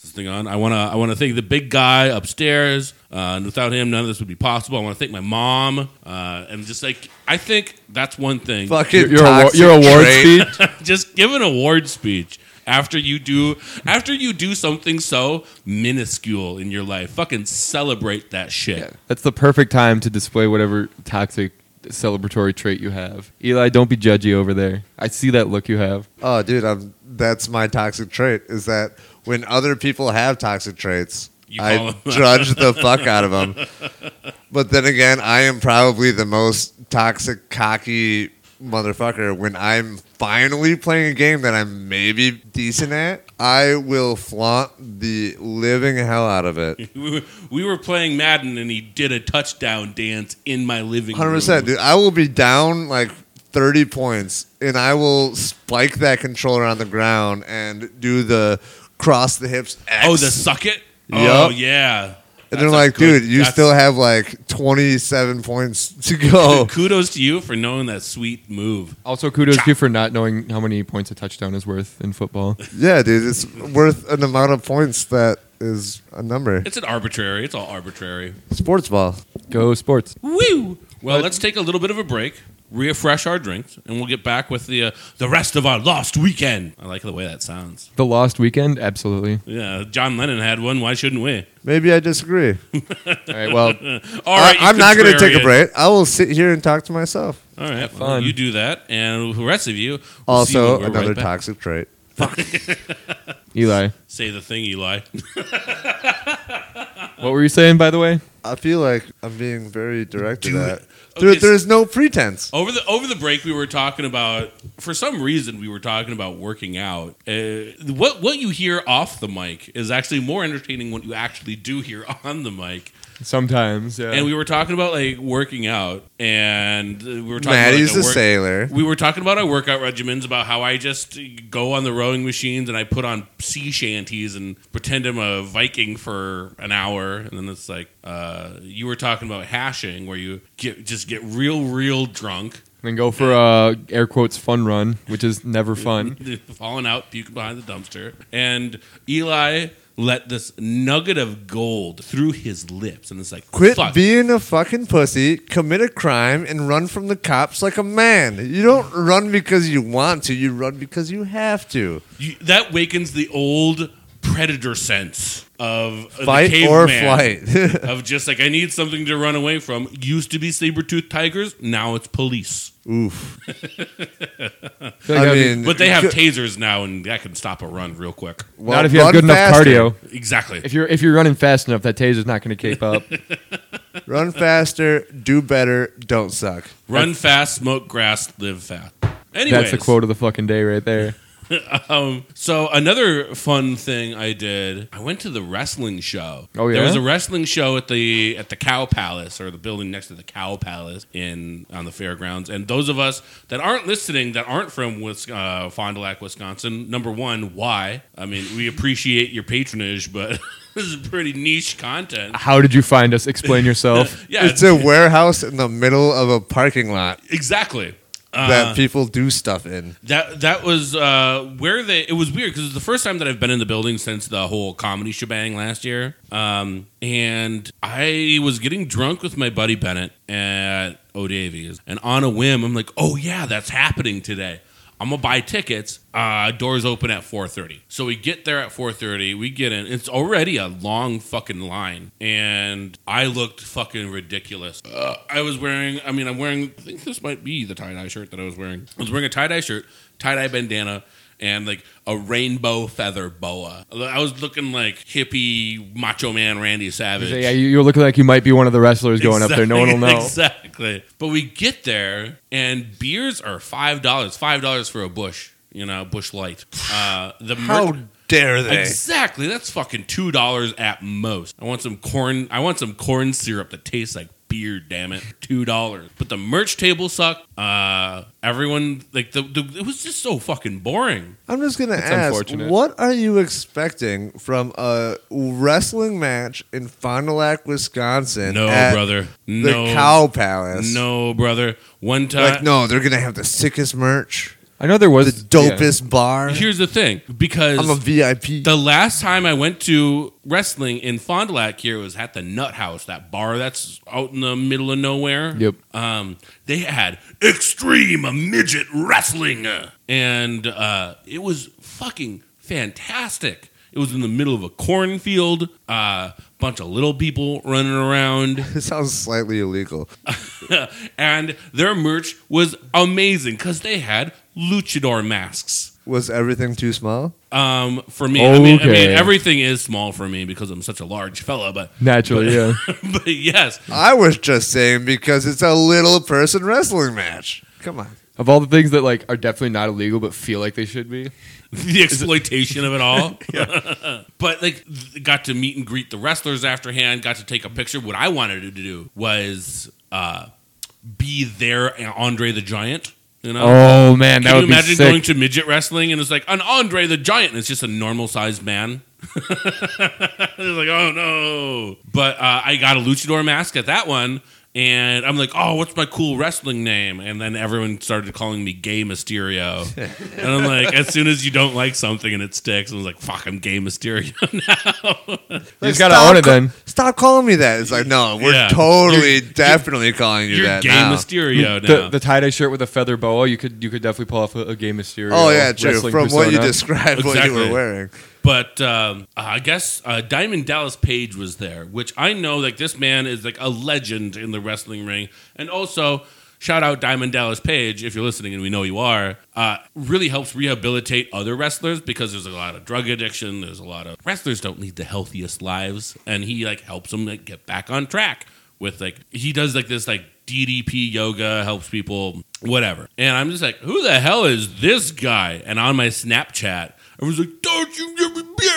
Speaker 1: this thing on. I want to I want to thank the big guy upstairs. Uh, and without him, none of this would be possible. I want to thank my mom. Uh, and just like I think that's one thing.
Speaker 2: Fucking
Speaker 3: Your, your, award,
Speaker 2: toxic
Speaker 3: your award
Speaker 2: trait.
Speaker 3: speech.
Speaker 1: just give an award speech after you do after you do something so minuscule in your life. Fucking celebrate that shit.
Speaker 3: That's the perfect time to display whatever toxic celebratory trait you have. Eli, don't be judgy over there. I see that look you have.
Speaker 2: Oh, dude, I'm, that's my toxic trait is that when other people have toxic traits,
Speaker 1: You call
Speaker 2: I
Speaker 1: 'em out.
Speaker 2: judge the fuck out of them. But then again, I am probably the most toxic, cocky motherfucker. When I'm finally playing a game that I'm maybe decent at, I will flaunt the living hell out of it.
Speaker 1: We, were, we were playing Madden and he did a touchdown dance in my living room.
Speaker 2: 100%, dude. I will be down like 30 points and I will spike that controller on the ground and do the cross the hips X.
Speaker 1: Oh, the suck it. Oh
Speaker 2: Yup.
Speaker 1: yeah.
Speaker 2: And
Speaker 1: That's
Speaker 2: they're
Speaker 1: a
Speaker 2: like,
Speaker 1: good-
Speaker 2: dude, you
Speaker 1: that's-
Speaker 2: still Oh. have like 27 points to go.
Speaker 1: Kudos to you for knowing that sweet move.
Speaker 3: Also, kudos to you for not knowing how many points a touchdown is worth in football.
Speaker 2: yeah, dude, it's worth an amount of points that is a number.
Speaker 1: It's an arbitrary. It's all arbitrary.
Speaker 2: Sports ball.
Speaker 3: Go sports.
Speaker 1: Woo! Well,
Speaker 3: But-
Speaker 1: let's take a little bit of a break, refresh our drinks, and we'll get back with the uh, the rest of our lost weekend. I like the way that sounds.
Speaker 3: The lost weekend, absolutely.
Speaker 1: Yeah, John Lennon had one. Why shouldn't we?
Speaker 2: Maybe I disagree.
Speaker 3: All right. Well,
Speaker 1: All right,
Speaker 2: I, am not going to
Speaker 1: going to
Speaker 2: take a break. I will sit here and talk to myself.
Speaker 1: All right, well,
Speaker 3: fun.
Speaker 1: you do that, and the rest of you. we'll see
Speaker 2: Also,
Speaker 1: you when we're
Speaker 2: another
Speaker 1: right back.
Speaker 2: toxic trait.
Speaker 3: Eli,
Speaker 1: Say the thing, Eli.
Speaker 3: what were you saying, by the way?
Speaker 2: I feel like I'm being very direct to
Speaker 1: Do
Speaker 2: that.
Speaker 1: it.
Speaker 2: There,
Speaker 1: Okay, so-
Speaker 2: there's no pretense.
Speaker 1: Over the over the break, we were talking about for some reason we were talking about working out. Uh, what what you hear off the mic is actually more entertaining what you actually do hear on the mic.
Speaker 3: Sometimes, yeah.
Speaker 1: And we were talking about like working out, and uh, we were talking
Speaker 2: Maddie's
Speaker 1: about like,
Speaker 2: a
Speaker 1: work-
Speaker 2: sailor.
Speaker 1: We were talking about our workout regimens, about how I just go on the rowing machines and I put on sea shanties and pretend I'm a Viking for an hour, and then it's like uh, you were talking about hashing, where you get just get real, real drunk,
Speaker 3: then go for uh, air quotes fun run, which is never fun.
Speaker 1: falling out, puking behind the dumpster, and Eli let this nugget of gold through his lips, and it's like
Speaker 2: Quit
Speaker 1: fuck.
Speaker 2: being a fucking pussy, commit a crime, and run from the cops like a man. You don't run because you want to, you run because you have to.
Speaker 1: You, that wakens the old predator sense of the
Speaker 2: Fight or
Speaker 1: caveman,
Speaker 2: flight.
Speaker 1: of just like I need something to run away from. Used to be saber-toothed tigers, now it's police.
Speaker 2: Oof.
Speaker 3: I feel like
Speaker 2: I
Speaker 3: that'd be-
Speaker 2: mean,
Speaker 1: But they have
Speaker 2: good-
Speaker 1: tasers now, and that can stop a run real quick.
Speaker 2: well,
Speaker 3: not if you have
Speaker 2: run
Speaker 3: good enough
Speaker 2: faster.
Speaker 3: cardio.
Speaker 1: Exactly.
Speaker 3: If you're if you're running fast enough, that taser's not going to keep up.
Speaker 2: Run faster, do better, don't suck.
Speaker 1: Run fast, smoke grass, live fast. Anyways,
Speaker 3: That's the quote of the fucking day right there.
Speaker 1: Um, so another fun thing I did, I went to the wrestling show.
Speaker 3: Oh, yeah?
Speaker 1: there was a wrestling show at the at the Cow Palace or the building next to the Cow Palace in on the fairgrounds. And those of us that aren't listening, that aren't from Wis- uh, Fond du Lac, Wisconsin, number one, why? I mean, we appreciate your patronage, but this is pretty niche content.
Speaker 3: How did you find us? Explain yourself.
Speaker 1: Yeah,
Speaker 2: It's a warehouse in the middle of a parking lot
Speaker 1: exactly.
Speaker 2: that people do stuff in.
Speaker 1: That that was uh, where they. It was weird because it's the first time that I've been in the building since the whole comedy shebang last year. Um, and I was getting drunk with my buddy Bennett at O'Davies, and on a whim, I'm like, "Oh yeah, that's happening today." I'm gonna buy tickets. Uh, doors open at 4:30, so we get there at 4:30. We get in. It's already a long fucking line, and I looked fucking ridiculous. Uh, I was wearing. I mean, I'm wearing. I think this might be the tie dye shirt that I was wearing. I was wearing a tie dye shirt, tie dye bandana, and like a rainbow feather boa. I was looking like hippie macho man Randy Savage.
Speaker 3: Yeah, you, you look like you might be one of the wrestlers going up there. No one will know.
Speaker 1: Exactly. But we get there and beers are five dollars. Five dollars for a bush, you know, bush light. Uh the mer-
Speaker 2: How dare they?
Speaker 1: Exactly. That's fucking two dollars at most. I want some corn. I want some corn syrup that tastes like beer. Damn it, two dollars. But the merch table sucked. Uh, everyone like the, the it was just so fucking boring.
Speaker 2: I'm just gonna
Speaker 3: That's
Speaker 2: ask,
Speaker 3: unfortunate.
Speaker 2: what are you expecting from a wrestling match in Fond du Lac, Wisconsin?
Speaker 1: No,
Speaker 2: at
Speaker 1: brother.
Speaker 2: The
Speaker 1: No,
Speaker 2: Cow Palace.
Speaker 1: no, brother. One time.
Speaker 2: Like, no, they're gonna have the sickest merch,
Speaker 3: I know there
Speaker 2: the
Speaker 3: was
Speaker 2: dopest bar.
Speaker 1: Here's the thing, because
Speaker 2: I'm a VIP.
Speaker 1: The last time I went to wrestling in Fond du Lac here was at the Nut House, that bar that's out in the middle of nowhere.
Speaker 3: Yep.
Speaker 1: Um, they had extreme midget wrestling, uh, and uh, it was fucking fantastic. It was in the middle of a cornfield, a uh, bunch of little people running around
Speaker 2: it sounds slightly illegal.
Speaker 1: and their merch was amazing because they had luchador masks.
Speaker 2: Was everything too small?
Speaker 1: Um, for me, I, mean, I mean,
Speaker 3: Okay.
Speaker 1: everything is small for me because I'm such a large fella. But
Speaker 3: Yeah. Naturally, yeah.
Speaker 1: but yes,
Speaker 2: I was just saying because it's a little person wrestling match. Come on.
Speaker 3: Of all the things that like are definitely not illegal but feel like they should be.
Speaker 1: the exploitation of it all. but like, th- got to meet and greet the wrestlers afterhand. Got to take a picture. What I wanted to do was uh, be there, uh, Andre the Giant. You know.
Speaker 3: Oh man, that
Speaker 1: Can you
Speaker 3: would be
Speaker 1: imagine
Speaker 3: sick.
Speaker 1: going to midget wrestling and it's like an Andre the Giant and it's just a normal sized man? it's like, oh no. But uh, I got a luchador mask at that one and I'm like, oh, what's my cool wrestling name? And then everyone started calling me Gay Mysterio. and I'm like, as soon as you don't like something and it sticks, I was like, fuck, I'm Gay Mysterio now.
Speaker 3: you
Speaker 2: Like,
Speaker 3: just gotta
Speaker 2: stop
Speaker 3: own it
Speaker 2: ca-
Speaker 3: then.
Speaker 2: Stop calling me that. It's like, no, we're
Speaker 1: Yeah.
Speaker 2: totally, definitely calling you
Speaker 1: You're
Speaker 2: that
Speaker 1: Gay
Speaker 2: now.
Speaker 1: Mysterio now.
Speaker 3: The, the tie dye shirt with a feather boa, you could you could definitely pull off a, a gay Mysterio.
Speaker 2: Oh yeah, true.
Speaker 3: wrestling
Speaker 2: From what you
Speaker 3: persona.
Speaker 2: described, what you
Speaker 1: Exactly.
Speaker 2: were wearing.
Speaker 1: But um, I guess uh, Diamond Dallas Page was there, which I know like this man is like a legend in the wrestling ring, and also shout out Diamond Dallas Page if you're listening, and we know you are. Uh, really helps rehabilitate other wrestlers because there's a lot of drug addiction. There's a lot of wrestlers don't lead the healthiest lives, and he like helps them like get back on track with like he does like this like DDP yoga helps people whatever. And I'm just like, who the hell is this guy? And on my Snapchat, I was like, don't you ever be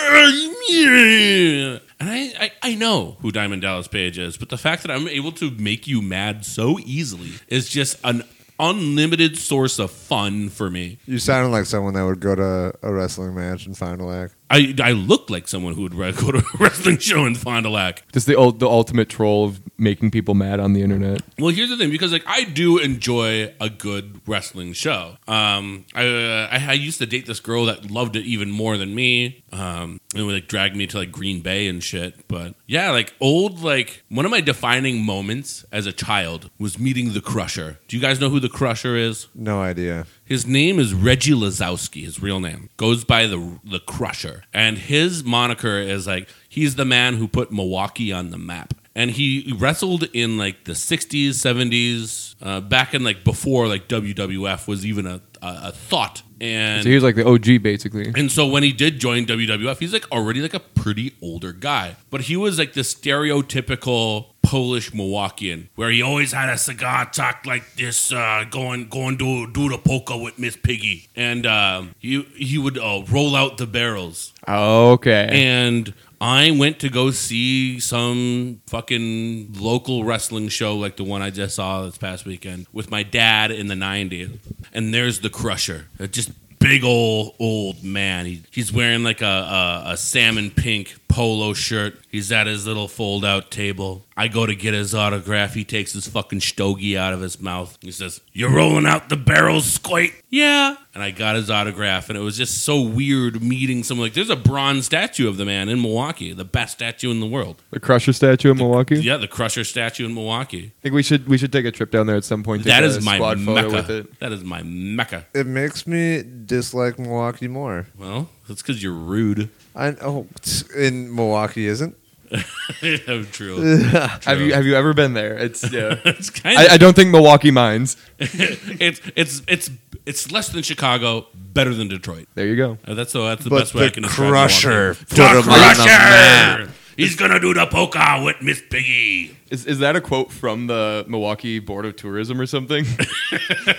Speaker 1: And I, I I know who Diamond Dallas Page is, but the fact that I'm able to make you mad so easily is just an unlimited source of fun for me.
Speaker 2: You sounded like someone that would go to a wrestling match in Fond du Lac.
Speaker 1: I, I look like someone who would re- go to a wrestling show in Fond du Lac.
Speaker 3: Just the ul- the ultimate troll of making people mad on the internet.
Speaker 1: Well, here's the thing, because like I do enjoy a good wrestling show. Um, I, uh, I I used to date this girl that loved it even more than me. Um, and would like drag me to like Green Bay and shit. But yeah, like old like one of my defining moments as a child was meeting the Crusher. Do you guys know who the Crusher is?
Speaker 2: No idea.
Speaker 1: His name is Reggie Lazowski, his real name. Goes by the the Crusher. And his moniker is like he's the man who put Milwaukee on the map. And he wrestled in like the 60s, 70s, uh, back in like before like WWF was even a, a, a thought. And
Speaker 3: So he was like the OG basically.
Speaker 1: and so when he did join WWF, he's like already like a pretty older guy, but he was like the stereotypical Polish Milwaukeean, where he always had a cigar tucked like this, uh, going going to do the polka with Miss Piggy, and um, he he would uh, roll out the barrels.
Speaker 3: Okay.
Speaker 1: And I went to go see some fucking local wrestling show like the one I just saw this past weekend with my dad in the 90s. And there's the Crusher. Uh, Just big old, old man. He, he's wearing like a, a, a salmon pink polo shirt. He's at his little fold out table. I go to get his autograph. He takes his fucking stogie out of his mouth. He says, You're rolling out the barrels, Squate. Yeah. And I got his autograph, and it was just so weird meeting someone. Like, there's a bronze statue of the man in Milwaukee, the best statue in the world.
Speaker 3: the Crusher statue in Milwaukee.
Speaker 1: Yeah, the Crusher statue in Milwaukee.
Speaker 3: I think we should we should take a trip down there at some point.
Speaker 1: that
Speaker 3: take
Speaker 1: is
Speaker 3: a
Speaker 1: my
Speaker 3: squad photo with
Speaker 1: mecca.
Speaker 3: it.
Speaker 1: That is my mecca.
Speaker 2: It makes me dislike Milwaukee more.
Speaker 1: Well, that's because you're rude.
Speaker 2: I oh, t- in Milwaukee isn't.
Speaker 1: True. True.
Speaker 3: Have you have you ever been there? It's yeah.
Speaker 1: It's kind
Speaker 3: I,
Speaker 1: of
Speaker 3: I don't think Milwaukee minds.
Speaker 1: it's it's it's it's less than Chicago, better than Detroit.
Speaker 3: There you go.
Speaker 1: Uh, That's the that's the
Speaker 2: But
Speaker 1: best way I
Speaker 2: the
Speaker 1: can describe
Speaker 2: Crusher
Speaker 1: Milwaukee.
Speaker 2: put 'em on the map.
Speaker 1: He's gonna do the polka with Miss Piggy.
Speaker 3: Is, is that a quote from the Milwaukee Board of Tourism or something?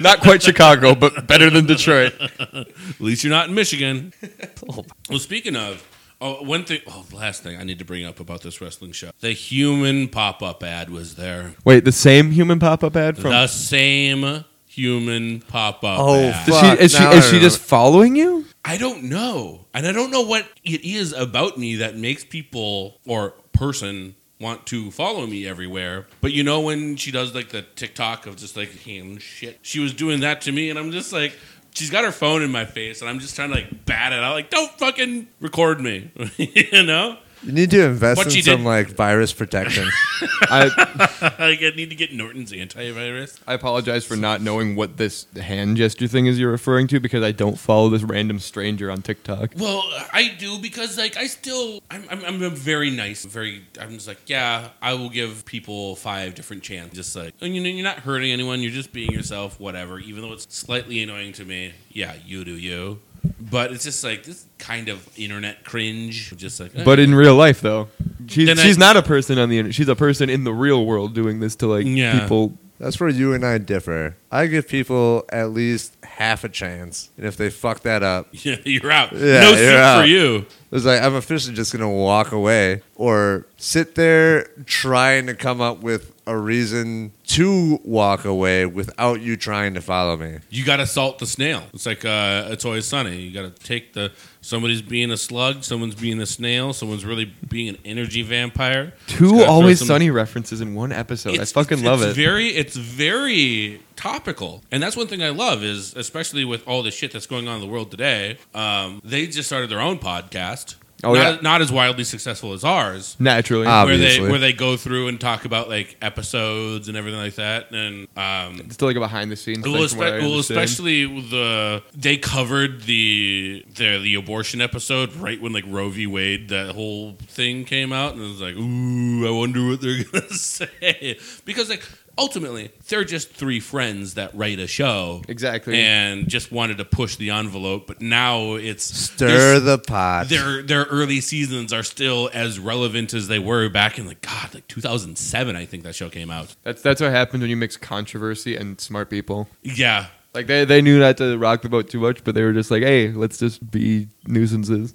Speaker 3: Not quite Chicago, but better than Detroit.
Speaker 1: At least you're not in Michigan. Well, speaking of, oh, one thing, oh, last thing I need to bring up about this wrestling show. The human pop up ad was there.
Speaker 3: Wait, the same human pop up ad from.
Speaker 1: the same human pop up.
Speaker 2: Oh,
Speaker 1: ad.
Speaker 2: fuck.
Speaker 3: Does she, is she,
Speaker 2: Now I
Speaker 3: is she
Speaker 2: remember.
Speaker 3: just following you?
Speaker 1: I don't know. And I don't know what it is about me that makes people or person want to follow me everywhere. But you know when she does like the TikTok of just like hand shit. She was doing that to me and I'm just like she's got her phone in my face and I'm just trying to like bat it out like don't fucking record me. you know?
Speaker 2: You need to invest
Speaker 1: What
Speaker 2: in
Speaker 1: she
Speaker 2: some
Speaker 1: did-
Speaker 2: like virus protection.
Speaker 3: I,
Speaker 1: like I need to get Norton's antivirus.
Speaker 3: I apologize for not knowing what this hand gesture thing is you're referring to because I don't follow this random stranger on TikTok.
Speaker 1: Well, I do because like I still I'm I'm, I'm a very nice, very I'm just like yeah I will give people five different chances. Just like and you know you're not hurting anyone, you're just being yourself, whatever. Even though it's slightly annoying to me, yeah, you do you. But it's just like this kind of internet cringe. Just like eh.
Speaker 3: But in real life, though, she's,
Speaker 1: Then I-
Speaker 3: she's not a person on the internet. She's a person in the real world doing this to like
Speaker 1: Yeah.
Speaker 3: people.
Speaker 2: That's where you and I differ. I give people at least half a chance, and if they fuck that up,
Speaker 1: yeah, you're out.
Speaker 2: Yeah,
Speaker 1: no
Speaker 2: you're
Speaker 1: seat
Speaker 2: out.
Speaker 1: for you.
Speaker 2: It's like I'm officially just gonna walk away or sit there trying to come up with a reason to walk away without you trying to follow me.
Speaker 1: You got to salt the snail. It's like uh, it's always sunny. You got to take the somebody's being a slug, someone's being a snail, someone's really being an energy vampire. Just
Speaker 3: Two
Speaker 1: gotta throw
Speaker 3: always
Speaker 1: some-
Speaker 3: sunny references in one episode. I
Speaker 1: It's-
Speaker 3: fucking love
Speaker 1: it's
Speaker 3: it.
Speaker 1: Very, it's very topical, and that's one thing I love is especially with all the shit that's going on in the world today. Um, they just started their own podcast.
Speaker 3: Oh,
Speaker 1: not,
Speaker 3: yeah.
Speaker 1: not as wildly successful as ours.
Speaker 3: Naturally,
Speaker 2: Ah,
Speaker 1: Where they
Speaker 2: Obviously.
Speaker 1: where they go through and talk about like episodes and everything like that, and um,
Speaker 3: it's still like a behind the scenes.
Speaker 1: well, espe- well, especially with the they covered the the the abortion episode right when like Roe v. Wade that whole thing came out, and it was like, ooh, I wonder what they're gonna say because like ultimately they're just three friends that write a show
Speaker 3: exactly.
Speaker 1: and just wanted to push the envelope, but now it's
Speaker 2: Stir
Speaker 1: there's-
Speaker 2: the pot.
Speaker 1: their their early seasons are still as relevant as they were back in like God like 2007 I think that show came out
Speaker 3: That's that's what happens when you mix controversy and smart people.
Speaker 1: yeah
Speaker 3: Like they, they knew not to rock the boat too much, but they were just like, hey, let's just be nuisances.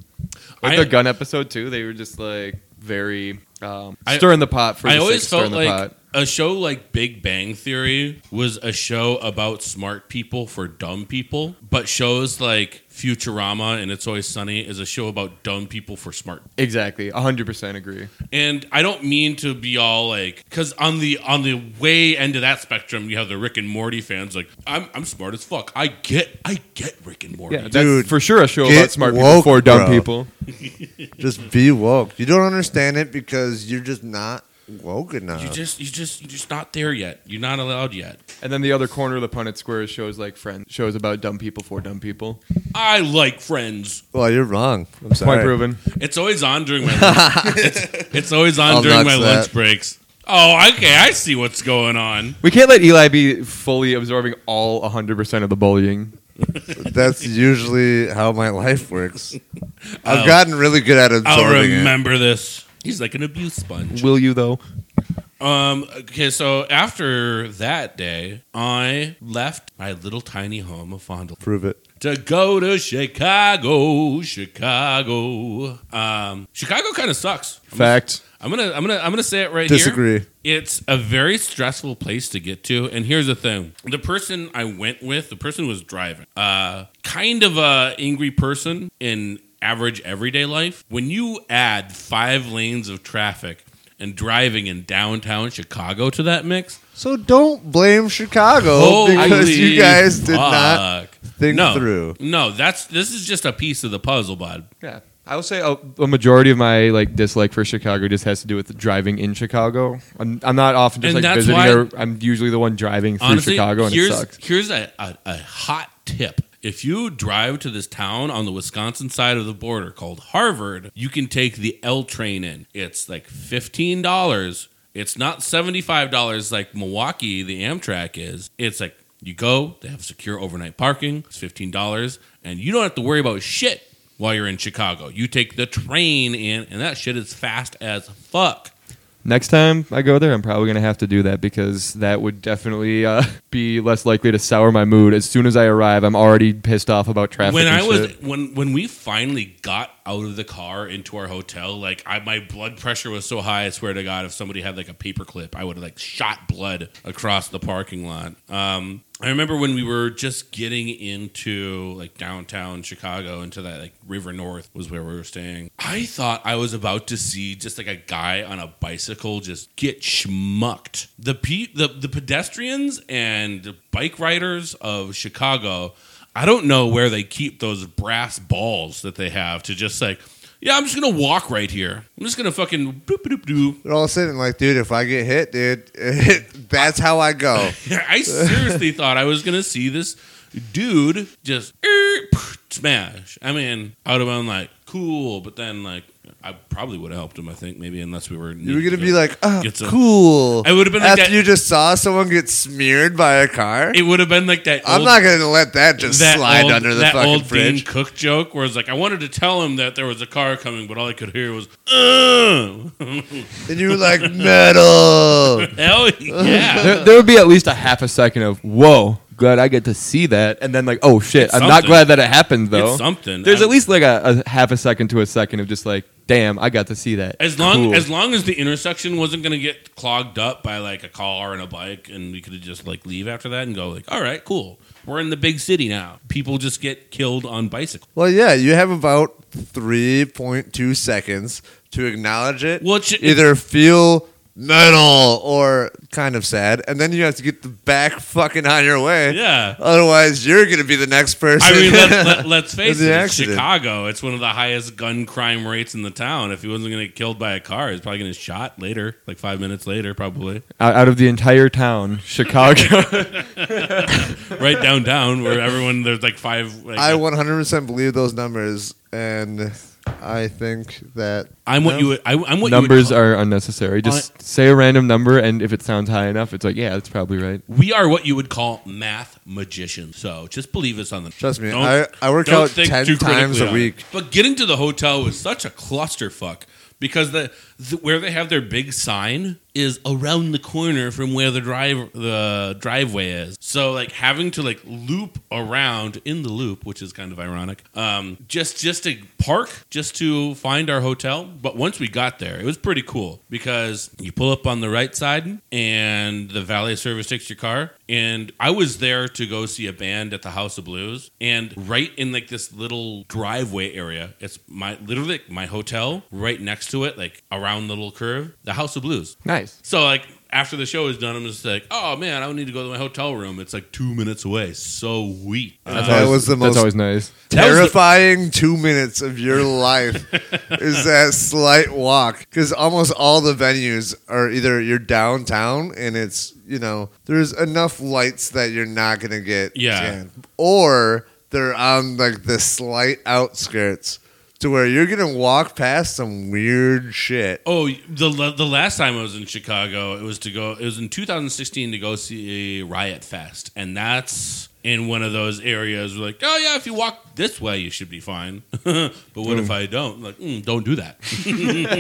Speaker 3: Like
Speaker 1: I-
Speaker 3: the gun episode too, they were just like very um,
Speaker 1: I-
Speaker 3: stirring the pot for.
Speaker 1: I
Speaker 3: the
Speaker 1: always
Speaker 3: sake of
Speaker 1: felt
Speaker 3: stirring the
Speaker 1: like
Speaker 3: pot.
Speaker 1: a show like Big Bang Theory was a show about smart people for dumb people, but shows like Futurama and It's Always Sunny is a show about dumb people for smart.
Speaker 3: exactly, hundred percent agree.
Speaker 1: And I don't mean to be all like cuz on the on the way end of that spectrum you have the Rick and Morty fans like I'm I'm smart as fuck. I get I get Rick and Morty.
Speaker 3: Yeah, that's
Speaker 2: Dude,
Speaker 3: for sure a show about
Speaker 2: get
Speaker 3: smart people
Speaker 2: woke,
Speaker 3: for dumb
Speaker 2: bro.
Speaker 3: people.
Speaker 2: just be woke. You don't understand it because you're just not woke enough.
Speaker 1: You just you just you're just not there yet. You're not allowed yet.
Speaker 3: And then the other corner of the Punnett Square is shows like Friends, shows about dumb people for dumb people.
Speaker 1: I like friends.
Speaker 2: well, you're wrong. I'm sorry.
Speaker 3: Point proven.
Speaker 1: It's always on during my. lunch. it's, it's always on
Speaker 2: I'll
Speaker 1: during
Speaker 2: nudge
Speaker 1: my
Speaker 2: that.
Speaker 1: lunch breaks. Oh, okay. I see what's going on.
Speaker 3: We can't let Eli be fully absorbing all 100% of the bullying.
Speaker 2: That's usually how my life works. I've
Speaker 1: I'll-
Speaker 2: gotten really good at
Speaker 1: Oh. I'll
Speaker 2: absorbing it.
Speaker 1: remember this. He's like an abuse sponge.
Speaker 3: Will you though?
Speaker 1: Um. Okay. So after that day, I left my little tiny home of Fond du Lac
Speaker 2: Prove it.
Speaker 1: to go to Chicago. Chicago. Um. Chicago kind of sucks. I'm gonna-
Speaker 3: Fact.
Speaker 1: I'm gonna. I'm gonna. I'm gonna say it right here.
Speaker 2: Disagree.
Speaker 1: It's a very stressful place to get to. And here's the thing the person I went with, the person who was driving, uh, kind of a angry person in average everyday life. When you add five lanes of traffic and driving in downtown Chicago to that mix,
Speaker 2: So don't blame Chicago Oh, because
Speaker 1: holy
Speaker 2: you guys did not
Speaker 1: fuck.
Speaker 2: think
Speaker 1: no,
Speaker 2: through.
Speaker 1: No, that's this is just a piece of the puzzle, bud.
Speaker 3: Yeah. I will say a, a majority of my like dislike for Chicago just has to do with the driving in Chicago. I'm, I'm not often just
Speaker 1: And
Speaker 3: like
Speaker 1: that's
Speaker 3: visiting
Speaker 1: why-
Speaker 3: there. I'm usually the one driving through
Speaker 1: Honestly,
Speaker 3: Chicago and it
Speaker 1: here's,
Speaker 3: sucks.
Speaker 1: Here's a, a, a hot tip. If you drive to this town on the Wisconsin side of the border called Harvard, you can take the L train in. It's like $15. It's not $75 like Milwaukee, the Amtrak is. It's like you go, they have secure overnight parking, it's $15, and you don't have to worry about shit while you're in Chicago. You take the train in, and that shit is fast as fuck.
Speaker 3: Next time I go there, I'm probably gonna have to do that because that would definitely uh, be less likely to sour my mood. As soon as I arrive, I'm already pissed off about traffic.
Speaker 1: when
Speaker 3: and
Speaker 1: I was
Speaker 3: shit.
Speaker 1: when when we finally got out of the car into our hotel, like I my blood pressure was so high. I swear to God, if somebody had like a paper clip, I would have like shot blood across the parking lot. Um, I remember when we were just getting into like downtown Chicago, into that like River North was where we were staying. I thought I was about to see just like a guy on a bicycle just get schmucked. The pe- the the pedestrians and bike riders of Chicago. I don't know where they keep those brass balls that they have to just like, yeah, I'm just gonna walk right here. I'm just gonna fucking boop doop doop.
Speaker 2: They're all sitting like, dude, if I get hit, dude, that's how I go.
Speaker 1: I seriously thought I was gonna see this dude just er, smash. I mean, I would have been like, cool, but then like, I probably would have helped him. I think maybe unless we were
Speaker 2: You were gonna be like, oh,
Speaker 1: Get some-
Speaker 2: cool.
Speaker 1: I would've been like
Speaker 2: after
Speaker 1: that-
Speaker 2: you just saw someone get smeared by a car.
Speaker 1: it would have been like that.
Speaker 2: I'm
Speaker 1: old-
Speaker 2: not gonna let that just slide under the
Speaker 1: that
Speaker 2: fucking
Speaker 1: old
Speaker 2: fridge.
Speaker 1: Dean Cook joke, where it's like I wanted to tell him that there was a car coming, but all I could hear was, "Ugh."
Speaker 2: And you were like, metal.
Speaker 1: hell yeah.
Speaker 3: there, there would be at least a half a second of whoa. Glad I get to see that, and then like, oh shit!
Speaker 1: It's
Speaker 3: I'm not
Speaker 1: something.
Speaker 3: glad that it happened though.
Speaker 1: It's something.
Speaker 3: There's
Speaker 1: I'm-
Speaker 3: at least like a, a half a second to a second of just like, damn, I got to see that.
Speaker 1: as long
Speaker 3: Cool.
Speaker 1: as long as the intersection wasn't going to get clogged up by like a car and a bike, and we could just like leave after that and go like, all right, cool. We're in the big city now. People just get killed on bicycles.
Speaker 2: Well, yeah, you have about 3.2 seconds to acknowledge it.
Speaker 1: Well, it should-
Speaker 2: Either feel metal or kind of sad, and then you have to get the back fucking on your way.
Speaker 1: Yeah.
Speaker 2: Otherwise, you're going to be the next person.
Speaker 1: I mean, let, let, let's face
Speaker 2: It's an
Speaker 1: it, it's
Speaker 2: accident.
Speaker 1: Chicago. It's one of the highest gun crime rates in the town. If he wasn't going to get killed by a car, he's probably going to get shot later, like five minutes later, probably
Speaker 3: out, out of the entire town, Chicago.
Speaker 1: right downtown where everyone there's like five. Like,
Speaker 2: I 100% believe those numbers, and I think that.
Speaker 1: I'm what you. Would, I, I'm what
Speaker 3: Numbers
Speaker 1: you would,
Speaker 3: are unnecessary. Just say a random number, and if it sounds high enough, it's like, yeah, that's probably right.
Speaker 1: We are what you would call math magicians. So just believe us on the.
Speaker 2: Trust me,
Speaker 1: Don't-
Speaker 2: I, I work
Speaker 1: don't
Speaker 2: out
Speaker 1: think
Speaker 2: 10
Speaker 1: too
Speaker 2: times
Speaker 1: critically
Speaker 2: a
Speaker 1: on it.
Speaker 2: week.
Speaker 1: But getting to the hotel was such a clusterfuck because the, the where they have their big sign is around the corner from where the drive the driveway is. So like having to like loop around in the loop, which is kind of ironic. Um, just just to park, just to find our hotel. But once we got there, it was pretty cool because you pull up on the right side and the valet service takes your car. And I was there to go see a band at the House of Blues, and right in like this little driveway area, it's my literally like, my hotel right next to it, like around the little curve, the House of Blues.
Speaker 3: Nice.
Speaker 1: So like after the show is done, I'm just like, oh man, I need to go to my hotel room. It's like two minutes away. So weak.
Speaker 2: That
Speaker 3: always,
Speaker 2: was the
Speaker 3: That's
Speaker 2: most-
Speaker 3: always nice.
Speaker 1: That was the-
Speaker 2: terrifying two minutes of your life is that slight walk because almost all the venues are either you're downtown and it's you know there's enough lights that you're not gonna get
Speaker 1: Yeah.
Speaker 2: tan. or they're on like the slight outskirts to where you're gonna walk past some weird shit
Speaker 1: Oh, the the last time I was in Chicago, it was to go. It was in 2016 to go see a Riot Fest, and that's in one of those areas. Where like, oh yeah, if you walk this way, you should be fine. but what if I don't? Like, mm, don't do that.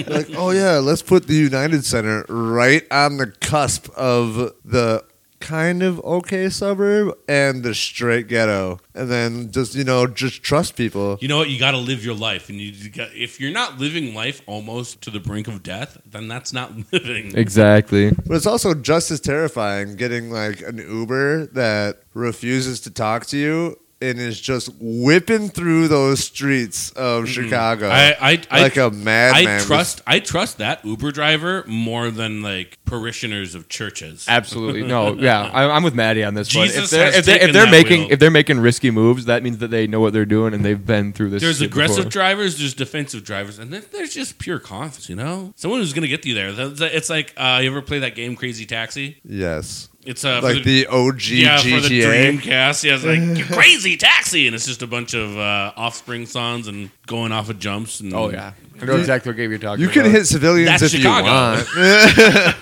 Speaker 2: like oh yeah let's put the United Center right on the cusp of the kind of okay suburb and the straight ghetto and then just you know just trust people
Speaker 1: You know what? You got to live your life, and you you got, if you're not living life almost to the brink of death, then that's not living.
Speaker 3: Exactly.
Speaker 2: But it's also just as terrifying getting like an Uber that refuses to talk to you and is just whipping through those streets of Chicago
Speaker 1: I, I,
Speaker 2: like
Speaker 1: I,
Speaker 2: a madman.
Speaker 1: I trust I trust that Uber driver more than like parishioners of churches.
Speaker 3: Absolutely no, yeah, I, I'm with Maddie on this. one.
Speaker 1: Jesus
Speaker 3: if they're,
Speaker 1: has
Speaker 3: if they,
Speaker 1: taken
Speaker 3: if they're
Speaker 1: that
Speaker 3: making
Speaker 1: wheel.
Speaker 3: if they're making risky moves, that means that they know what they're doing and they've been through this.
Speaker 1: There's
Speaker 3: shit
Speaker 1: aggressive
Speaker 3: before.
Speaker 1: drivers, there's defensive drivers, and then there's just pure confidence, you know? Someone who's going to get you there. That's- It's like, uh, you ever play that game Crazy Taxi?
Speaker 2: Yes.
Speaker 1: It's uh, for
Speaker 2: like the OG
Speaker 1: yeah for the
Speaker 2: GTA.
Speaker 1: Dreamcast. Yeah, it's like "You crazy taxi, and it's just a bunch of uh, offspring songs and going off of jumps. And
Speaker 3: Oh yeah, I know exactly what game you're talking.
Speaker 2: You can
Speaker 3: about.
Speaker 2: hit civilians
Speaker 1: That's
Speaker 2: if
Speaker 1: Chicago.
Speaker 2: you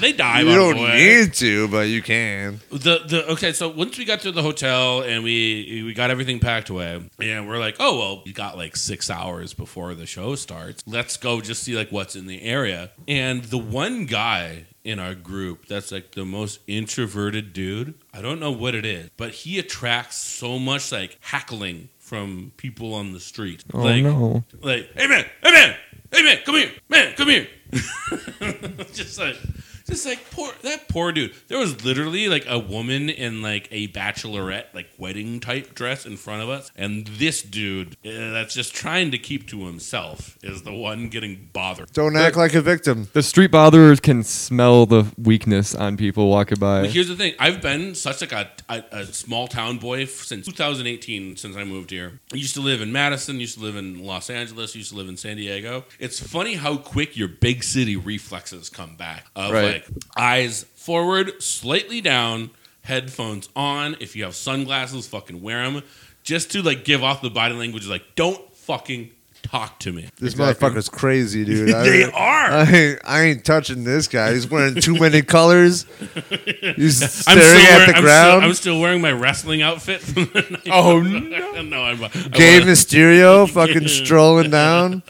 Speaker 1: they die.
Speaker 2: you
Speaker 1: by the
Speaker 2: don't
Speaker 1: way.
Speaker 2: need to, but you can.
Speaker 1: The the okay, so once we got to the hotel and we we got everything packed away, and we're like, oh well, we got like six hours before the show starts. Let's go just see like what's in the area. And the one guy in our group that's like the most introverted dude, I don't know what it is, but he attracts so much like hackling from people on the street.
Speaker 3: Oh
Speaker 1: like
Speaker 3: no!
Speaker 1: like, hey man, hey man, hey man, come here, man, come here. just like, just like poor that poor dude. There was literally like a woman in like a bachelorette like wedding type dress in front of us, and this dude uh, that's just trying to keep to himself is the one getting bothered.
Speaker 2: Don't act like a victim.
Speaker 3: The street botherers can smell the weakness on people walking by.
Speaker 1: But here's the thing: I've been such like a, a, a small town boy f- since 2018, since I moved here. I used to live in Madison, used to live in Los Angeles, used to live in San Diego. It's funny how quick your big city reflexes come back. Of
Speaker 3: Right.
Speaker 1: like eyes forward, slightly down, headphones on. If you have sunglasses, fucking wear them. Just to like give off the body language, like don't fucking talk to me.
Speaker 2: This
Speaker 3: Exactly.
Speaker 2: motherfucker's crazy, dude. I-
Speaker 1: they are.
Speaker 2: I ain't, I ain't touching this guy. He's wearing too many colors. He's
Speaker 1: I'm
Speaker 2: staring
Speaker 1: still,
Speaker 2: at
Speaker 1: wearing,
Speaker 2: the
Speaker 1: I'm,
Speaker 2: ground.
Speaker 1: still, I'm still wearing my wrestling outfit. From the night
Speaker 3: Oh,
Speaker 1: before. no! I'm, I
Speaker 2: Gay
Speaker 1: wanna-
Speaker 2: Mysterio fucking strolling down.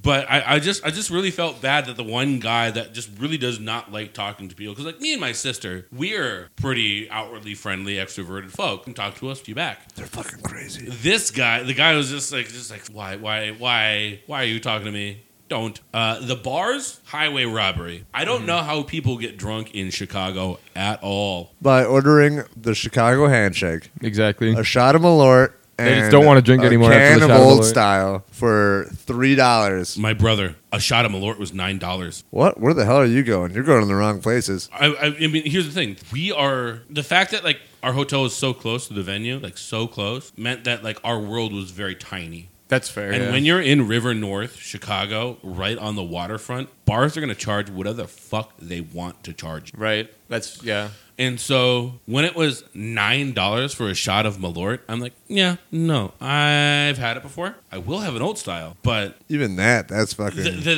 Speaker 1: But I, I just I just really felt bad that the one guy that just really does not like talking to people because like me and my sister we're pretty outwardly friendly extroverted folk and talk to us you back.
Speaker 2: They're fucking crazy.
Speaker 1: This guy the guy was just like just like why why why why are you talking to me? Don't uh, the bars highway robbery. I don't know how people get drunk in Chicago at all.
Speaker 2: By ordering the Chicago handshake,
Speaker 3: exactly.
Speaker 2: a shot of Malort, and
Speaker 3: They just don't wanna drink
Speaker 2: a
Speaker 3: anymore
Speaker 2: Can
Speaker 3: after the
Speaker 2: of
Speaker 3: shot of
Speaker 2: old
Speaker 3: Malort.
Speaker 2: style for three dollars.
Speaker 1: My brother, a shot of Malort was nine dollars.
Speaker 2: What? Where the hell are you going? You're going to the wrong places.
Speaker 1: I, I, I mean, here's the thing: we are the fact that like our hotel is so close to the venue, like so close, meant that like our world was very tiny.
Speaker 3: That's fair.
Speaker 1: And when you're in River North, Chicago, right on the waterfront, bars are going to charge whatever the fuck they want to charge.
Speaker 3: right, that's yeah.
Speaker 1: And so when it was nine dollars for a shot of Malort, I'm like, yeah, no, I've had it before. I will have an old style, but
Speaker 2: Even that, that's fucking.
Speaker 1: the, the, the,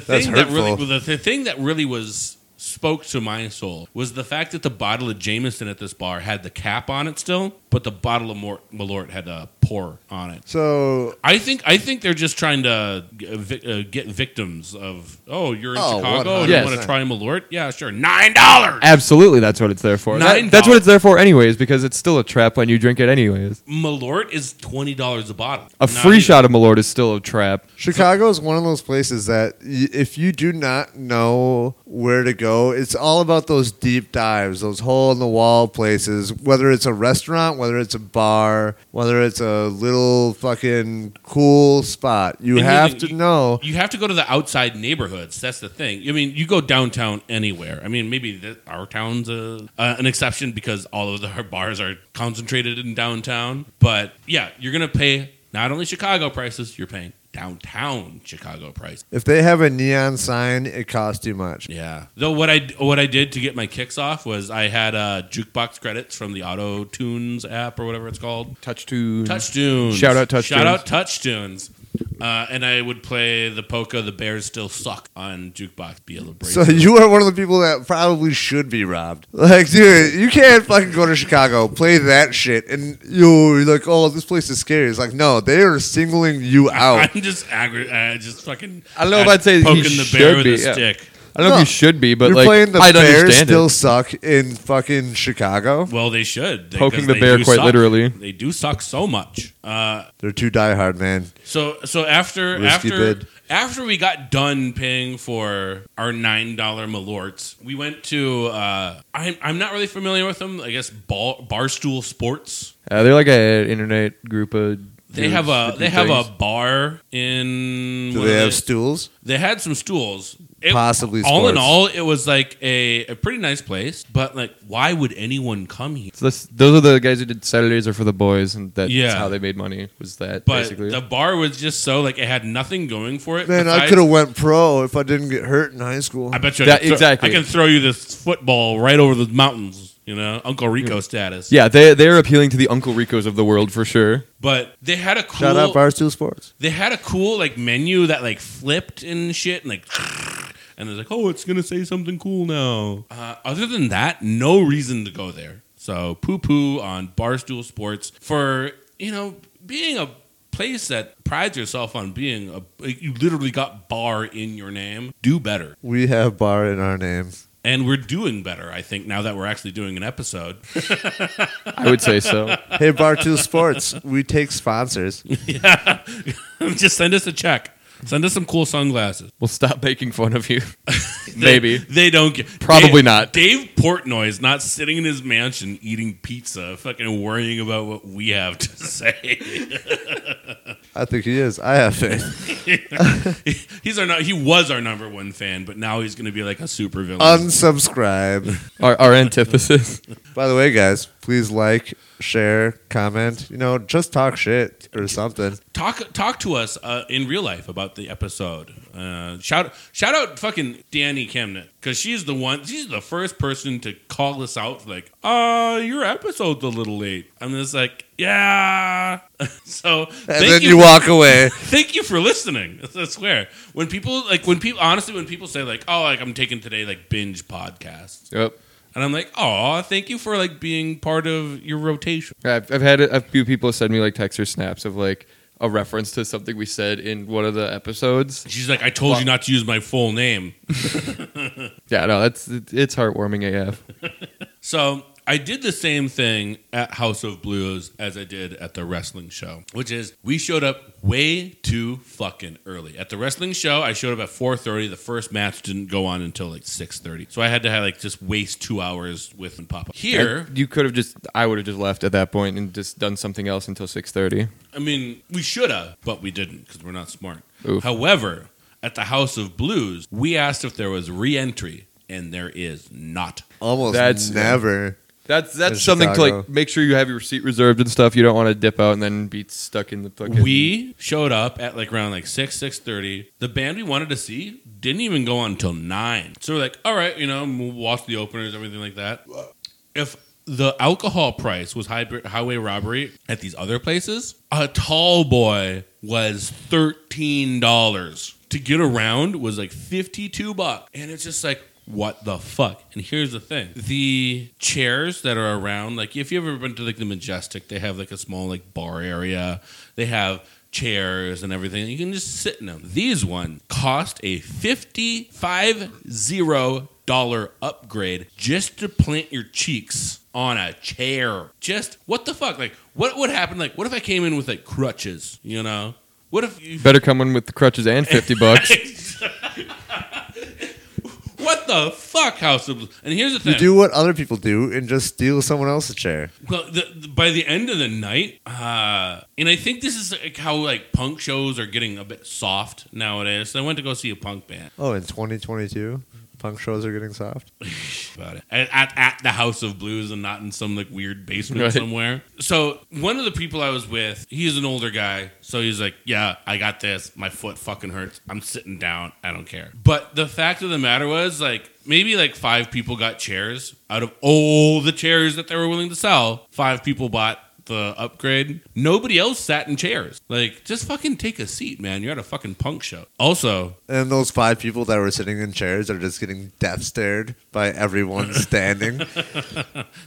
Speaker 1: the
Speaker 2: That's
Speaker 1: thing that really
Speaker 2: hurtful.
Speaker 1: the, the thing that really was spoke to my soul was the fact that the bottle of Jameson at this bar had the cap on it still, but the bottle of Mor- Malort had a pour on it.
Speaker 2: so
Speaker 1: I think I think they're just trying to g- vic- uh, get victims of oh you're in
Speaker 2: Oh,
Speaker 1: Chicago and you
Speaker 3: 100%.
Speaker 1: want to try Malort yeah sure nine dollars
Speaker 3: Absolutely, that's what it's there for. That-
Speaker 1: Nine
Speaker 3: that's what
Speaker 1: dollars.
Speaker 3: it's there for, anyways, because it's still a trap when you drink it, anyways.
Speaker 1: Malort is twenty dollars a bottle
Speaker 3: A
Speaker 1: Not
Speaker 3: free
Speaker 1: even-
Speaker 3: shot of Malort is still a trap.
Speaker 2: Chicago is one of those places that y- if you do not know where to go, it's all about those deep dives, those hole in the wall places. Whether it's a restaurant, whether it's a bar, whether it's a little fucking cool spot, you
Speaker 1: And
Speaker 2: have
Speaker 1: here's the-
Speaker 2: to know.
Speaker 1: You have to go to the outside neighborhoods. That's the thing. I mean, you go downtown anywhere. I mean, maybe th our town's a, uh, an exception because all of the, our bars are concentrated in downtown. But yeah, you're gonna pay not only Chicago prices, you're paying downtown Chicago price.
Speaker 2: If they have a neon sign, it costs too much.
Speaker 1: Yeah. Though what I what I did to get my kicks off was I had uh, jukebox credits from the Auto Tunes app or whatever it's called.
Speaker 3: Touch to
Speaker 1: Touch Tunes.
Speaker 3: Mm-hmm. Shout out Touch
Speaker 1: Shout
Speaker 3: Tunes.
Speaker 1: out Touch Tunes. Uh, and I would play the polka "The Bears Still Suck" on jukebox. Be able to break.
Speaker 2: So you are one of the people that probably should be robbed. Like, dude, you can't fucking go to Chicago, play that shit, and you're like, oh, this place is scary. It's like, no, they are singling you out.
Speaker 1: I'm just aggr- uh, just fucking.
Speaker 3: oh. I don't know if I'd say he
Speaker 1: poking the bear
Speaker 3: should
Speaker 1: with
Speaker 3: be,
Speaker 1: a
Speaker 3: yeah.
Speaker 1: stick.
Speaker 3: I don't know
Speaker 2: No.
Speaker 3: if you should be, but
Speaker 2: You're
Speaker 3: like
Speaker 2: playing the
Speaker 3: I'd
Speaker 2: Bears
Speaker 3: understand
Speaker 2: still
Speaker 3: it.
Speaker 2: suck in fucking Chicago.
Speaker 1: Well, they should they-
Speaker 3: Poking
Speaker 1: 'cause
Speaker 3: the
Speaker 1: they
Speaker 3: bear
Speaker 1: do
Speaker 3: quite
Speaker 1: suck.
Speaker 3: literally.
Speaker 1: They do suck so much. Uh,
Speaker 2: They're too diehard, man.
Speaker 1: so so after
Speaker 2: Risky
Speaker 1: after
Speaker 2: bid.
Speaker 1: after we got done paying for our nine dollar malorts, we went to. Uh, I'm I'm not really familiar with them. I guess ball, Barstool Sports.
Speaker 3: Uh, they're like an internet group of.
Speaker 1: They
Speaker 3: dudes
Speaker 1: have
Speaker 3: that
Speaker 1: a
Speaker 3: do
Speaker 1: they have
Speaker 3: things.
Speaker 1: a bar in.
Speaker 2: Do
Speaker 1: what are
Speaker 2: they
Speaker 1: they
Speaker 2: have stools?
Speaker 1: They had some stools. It-
Speaker 2: possibly
Speaker 1: all in
Speaker 2: sports.
Speaker 1: all, it was like a, a pretty nice place, but like, why would anyone come here?
Speaker 3: So that's, those are the guys who did Saturdays are for the boys, and that's
Speaker 1: Yeah.
Speaker 3: how they made money. Was that
Speaker 1: But
Speaker 3: basically?
Speaker 1: the bar was just so like it had nothing going for it.
Speaker 2: Man, I
Speaker 1: besides-
Speaker 2: could have went pro if I didn't get hurt in high school.
Speaker 1: I bet you I
Speaker 3: That-
Speaker 1: could throw-
Speaker 3: exactly.
Speaker 1: I can throw you this football right over the mountains. You know, Uncle Rico status.
Speaker 3: yeah, they they are appealing to the Uncle Ricos of the world for sure.
Speaker 1: But they had a cool.
Speaker 2: Shout out Barstool Sports.
Speaker 1: they had a cool like menu that like flipped and shit and like and it's like oh it's gonna say something cool now uh, other than that no reason to go there so poo poo on barstool sports for you know being a place that prides yourself on being a like, you literally got bar in your name do better
Speaker 2: We have bar in our name.
Speaker 1: and we're doing better i think now that we're actually doing an episode
Speaker 3: I would say so.
Speaker 2: Hey, Barstool Sports, we take sponsors.
Speaker 1: yeah just send us a check send us some cool sunglasses
Speaker 3: We'll stop making fun of you.
Speaker 1: They-
Speaker 3: Maybe.
Speaker 1: they don't get
Speaker 3: Probably
Speaker 1: Dave-
Speaker 3: not.
Speaker 1: Dave Portnoy is not sitting in his mansion eating pizza, fucking worrying about what we have to say.
Speaker 2: I think he is. I have faith.
Speaker 1: He's our nu- he was our number one fan, but now he's gonna be like a super villain.
Speaker 2: Um, Unsubscribe.
Speaker 3: Our, our antithesis.
Speaker 2: By the way, guys, please like, share, comment. You know, just talk shit or something.
Speaker 1: talk talk to us uh, in real life about the episode. Uh, shout shout out fucking Danny Kemnit because she's the one. She's the first person to call us out. Like, uh, your episode's a little late. I'm just like, yeah. so
Speaker 2: And
Speaker 1: thank
Speaker 2: then you walk away.
Speaker 1: thank you for listening. I swear. When people like when people honestly when people say like, "Oh, like I'm taking today like binge podcasts,"
Speaker 3: Yep.
Speaker 1: and I'm like, "Oh, thank you for like being part of your rotation."
Speaker 3: I've, I've had a, a few people send me like texts or snaps of like a reference to something we said in one of the episodes.
Speaker 1: She's like, "I told you not to use my full name."
Speaker 3: Yeah, no, that's it- it's heartwarming AF.
Speaker 1: So I did the same thing at House of Blues as I did at the wrestling show, which is we showed up way too fucking early. At the wrestling show, I showed up at 4:30. The first match didn't go on until like 6:30, so I had to have like just waste two hours with Papa. Here,
Speaker 3: I- you could have just I would have just left at that point and just done something else until six thirty.
Speaker 1: I mean, we should have, but we didn't because we're not smart.
Speaker 3: Oof.
Speaker 1: However, at the House of Blues, we asked if there was re-entry, and there is not.
Speaker 2: Almost
Speaker 3: That's-
Speaker 2: never.
Speaker 3: That's that's
Speaker 2: In
Speaker 3: something to like
Speaker 2: Chicago.
Speaker 3: make sure you have your seat reserved and stuff. You don't want to dip out and then be stuck in the fucking.
Speaker 1: We showed up at like around like six, six thirty. The band we wanted to see didn't even go on until nine. So we're like, all right, you know, we'll watch the openers, everything like that. If the alcohol price was high, highway robbery at these other places, a tall boy was thirteen dollars. To get around was like fifty-two bucks, and it's just like. What the fuck? And here's the thing: the chairs that are around, like if you've ever been to like the Majestic, they have like a small like bar area. They have chairs and everything. You can just sit in them. These one cost a fifty-five zero dollar upgrade just to plant your cheeks on a chair. Just what the fuck? Like what would happen? Like what if I came in with like crutches? You know? What if you?
Speaker 3: Better come in with the crutches and fifty bucks.
Speaker 1: what the fuck, House of? Blues? And here's the thing.
Speaker 2: You do what other people do and just steal someone else's chair.
Speaker 1: Well, the, the- by the end of the night, uh, and I think this is like how like punk shows are getting a bit soft nowadays. So I went to go see a punk band
Speaker 2: Oh, in 2022, punk shows are getting soft.
Speaker 1: about it at, at, at the House of Blues and not in some like weird basement
Speaker 3: Right.
Speaker 1: somewhere. So one of the people I was with, he's an older guy, so he's like, "Yeah, I got this. My foot fucking hurts. I'm sitting down. I don't care." But the fact of the matter was, like, maybe like five people got chairs out of all the chairs that they were willing to sell. Five people bought the upgrade. Nobody else sat in chairs. Like, just fucking take a seat, man. You're at a fucking punk show. Also,
Speaker 2: And those five people that were sitting in chairs are just getting death stared by everyone standing.
Speaker 1: They're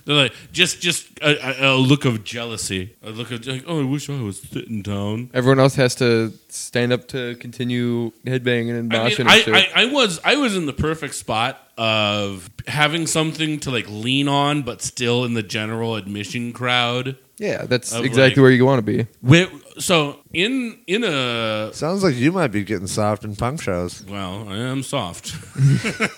Speaker 1: like just just a, a, a look of jealousy, a look of like, oh, I wish I was sitting down.
Speaker 3: Everyone else has to stand up to continue headbanging and
Speaker 1: I, mean,
Speaker 3: moshing and
Speaker 1: I,
Speaker 3: shit.
Speaker 1: I, I was I was in the perfect spot of having something to like lean on, but still in the general admission crowd.
Speaker 3: yeah, that's
Speaker 1: Of,
Speaker 3: exactly
Speaker 1: like-
Speaker 3: where you want to be.
Speaker 1: Where, so in in a
Speaker 2: Sounds like you might be getting soft in punk shows.
Speaker 1: Well, I am soft.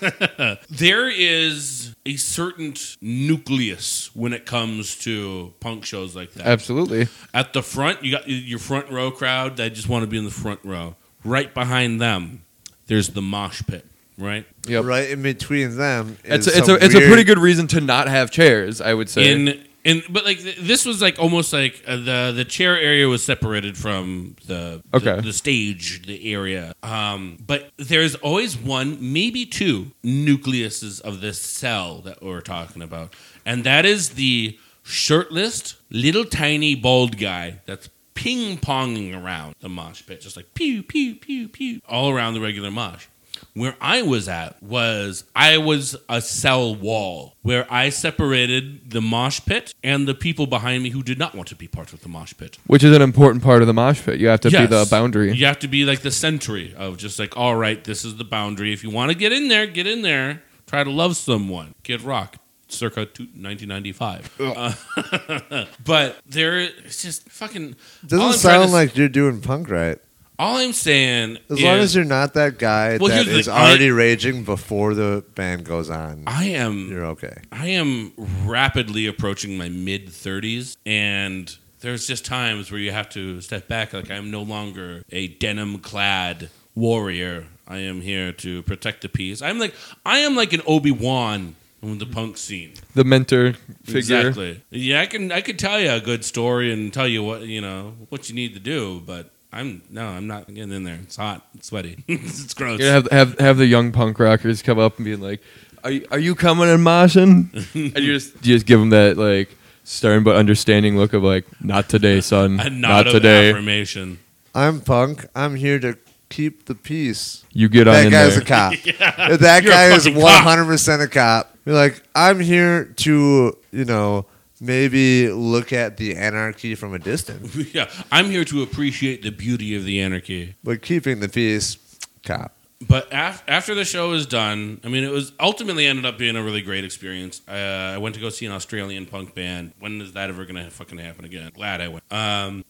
Speaker 1: there is a certain nucleus when it comes to punk shows like that.
Speaker 3: Absolutely.
Speaker 1: At the front, you got your front row crowd that just want to be in the front row. Right behind them, there's the mosh pit. right?
Speaker 3: Yep.
Speaker 2: Right in between them.
Speaker 3: It's
Speaker 2: is
Speaker 3: a, it's a
Speaker 2: some
Speaker 3: it's a pretty
Speaker 2: weird-
Speaker 3: good reason to not have chairs, I would say.
Speaker 1: in in but like th- this was like almost like uh, the the chair area was separated from the the-
Speaker 3: Okay.
Speaker 1: the, stage the area um but there's always one maybe two nucleuses of this cell that we're talking about and that is the shirtless little tiny bald guy that's ping ponging around the mosh pit just like pew pew pew pew all around the regular mosh where I was at was I was a cell wall where I separated the mosh pit and the people behind me who did not want to be part of the mosh pit.
Speaker 3: Which is an important part of the mosh pit. You have to be
Speaker 1: Yes.
Speaker 3: the boundary.
Speaker 1: You have to be like the sentry of just like, all right, this is the boundary. If you want to get in there, get in there. Try to love someone. Kid Rock, circa two- 1995. Uh, but there, it's just fucking. all I'm
Speaker 2: Doesn't
Speaker 1: trying to
Speaker 2: sound
Speaker 1: s-
Speaker 2: like you're doing punk right.
Speaker 1: All I'm saying
Speaker 2: As
Speaker 1: is,
Speaker 2: long as you're not that guy
Speaker 1: Well,
Speaker 2: that
Speaker 1: here's the
Speaker 2: is
Speaker 1: thing, I-
Speaker 2: already raging before the band goes on,
Speaker 1: I am.
Speaker 2: you're okay.
Speaker 1: I am rapidly approaching my mid 30s, and there's just times where you have to step back. Like, I'm no longer a denim clad warrior. I am here to protect the peace. I'm like, I am like an Obi Wan in the punk scene.
Speaker 3: The mentor figure.
Speaker 1: Exactly. Yeah, I can I could tell you a good story and tell you what you know what you need to do, but I'm no, I'm not getting in there. It's hot, it's sweaty, it's gross.
Speaker 3: You have have have the young punk rockers come up and be like, "Are you, are you coming and moshing?" and you just you just give them that like stern but understanding look of like, "Not today, son.
Speaker 1: A nod
Speaker 3: Not
Speaker 1: of
Speaker 3: today.
Speaker 1: affirmation.
Speaker 2: I'm punk. I'm here to keep the peace.
Speaker 3: You get on
Speaker 2: That
Speaker 3: in
Speaker 2: guy's
Speaker 3: there."
Speaker 2: a cop. If that
Speaker 1: You're a
Speaker 2: guy is
Speaker 1: fucking
Speaker 2: 100% a cop, you're like, I'm here to, you know, maybe look at the anarchy from a distance,
Speaker 1: yeah, I'm here to appreciate the beauty of the anarchy.
Speaker 2: but keeping the peace, cop.
Speaker 1: But af- after the show was done, I mean, it was ultimately ended up being a really great experience. Uh, I went to go see an Australian punk band. When is that ever going to fucking happen again? Glad I went. Um,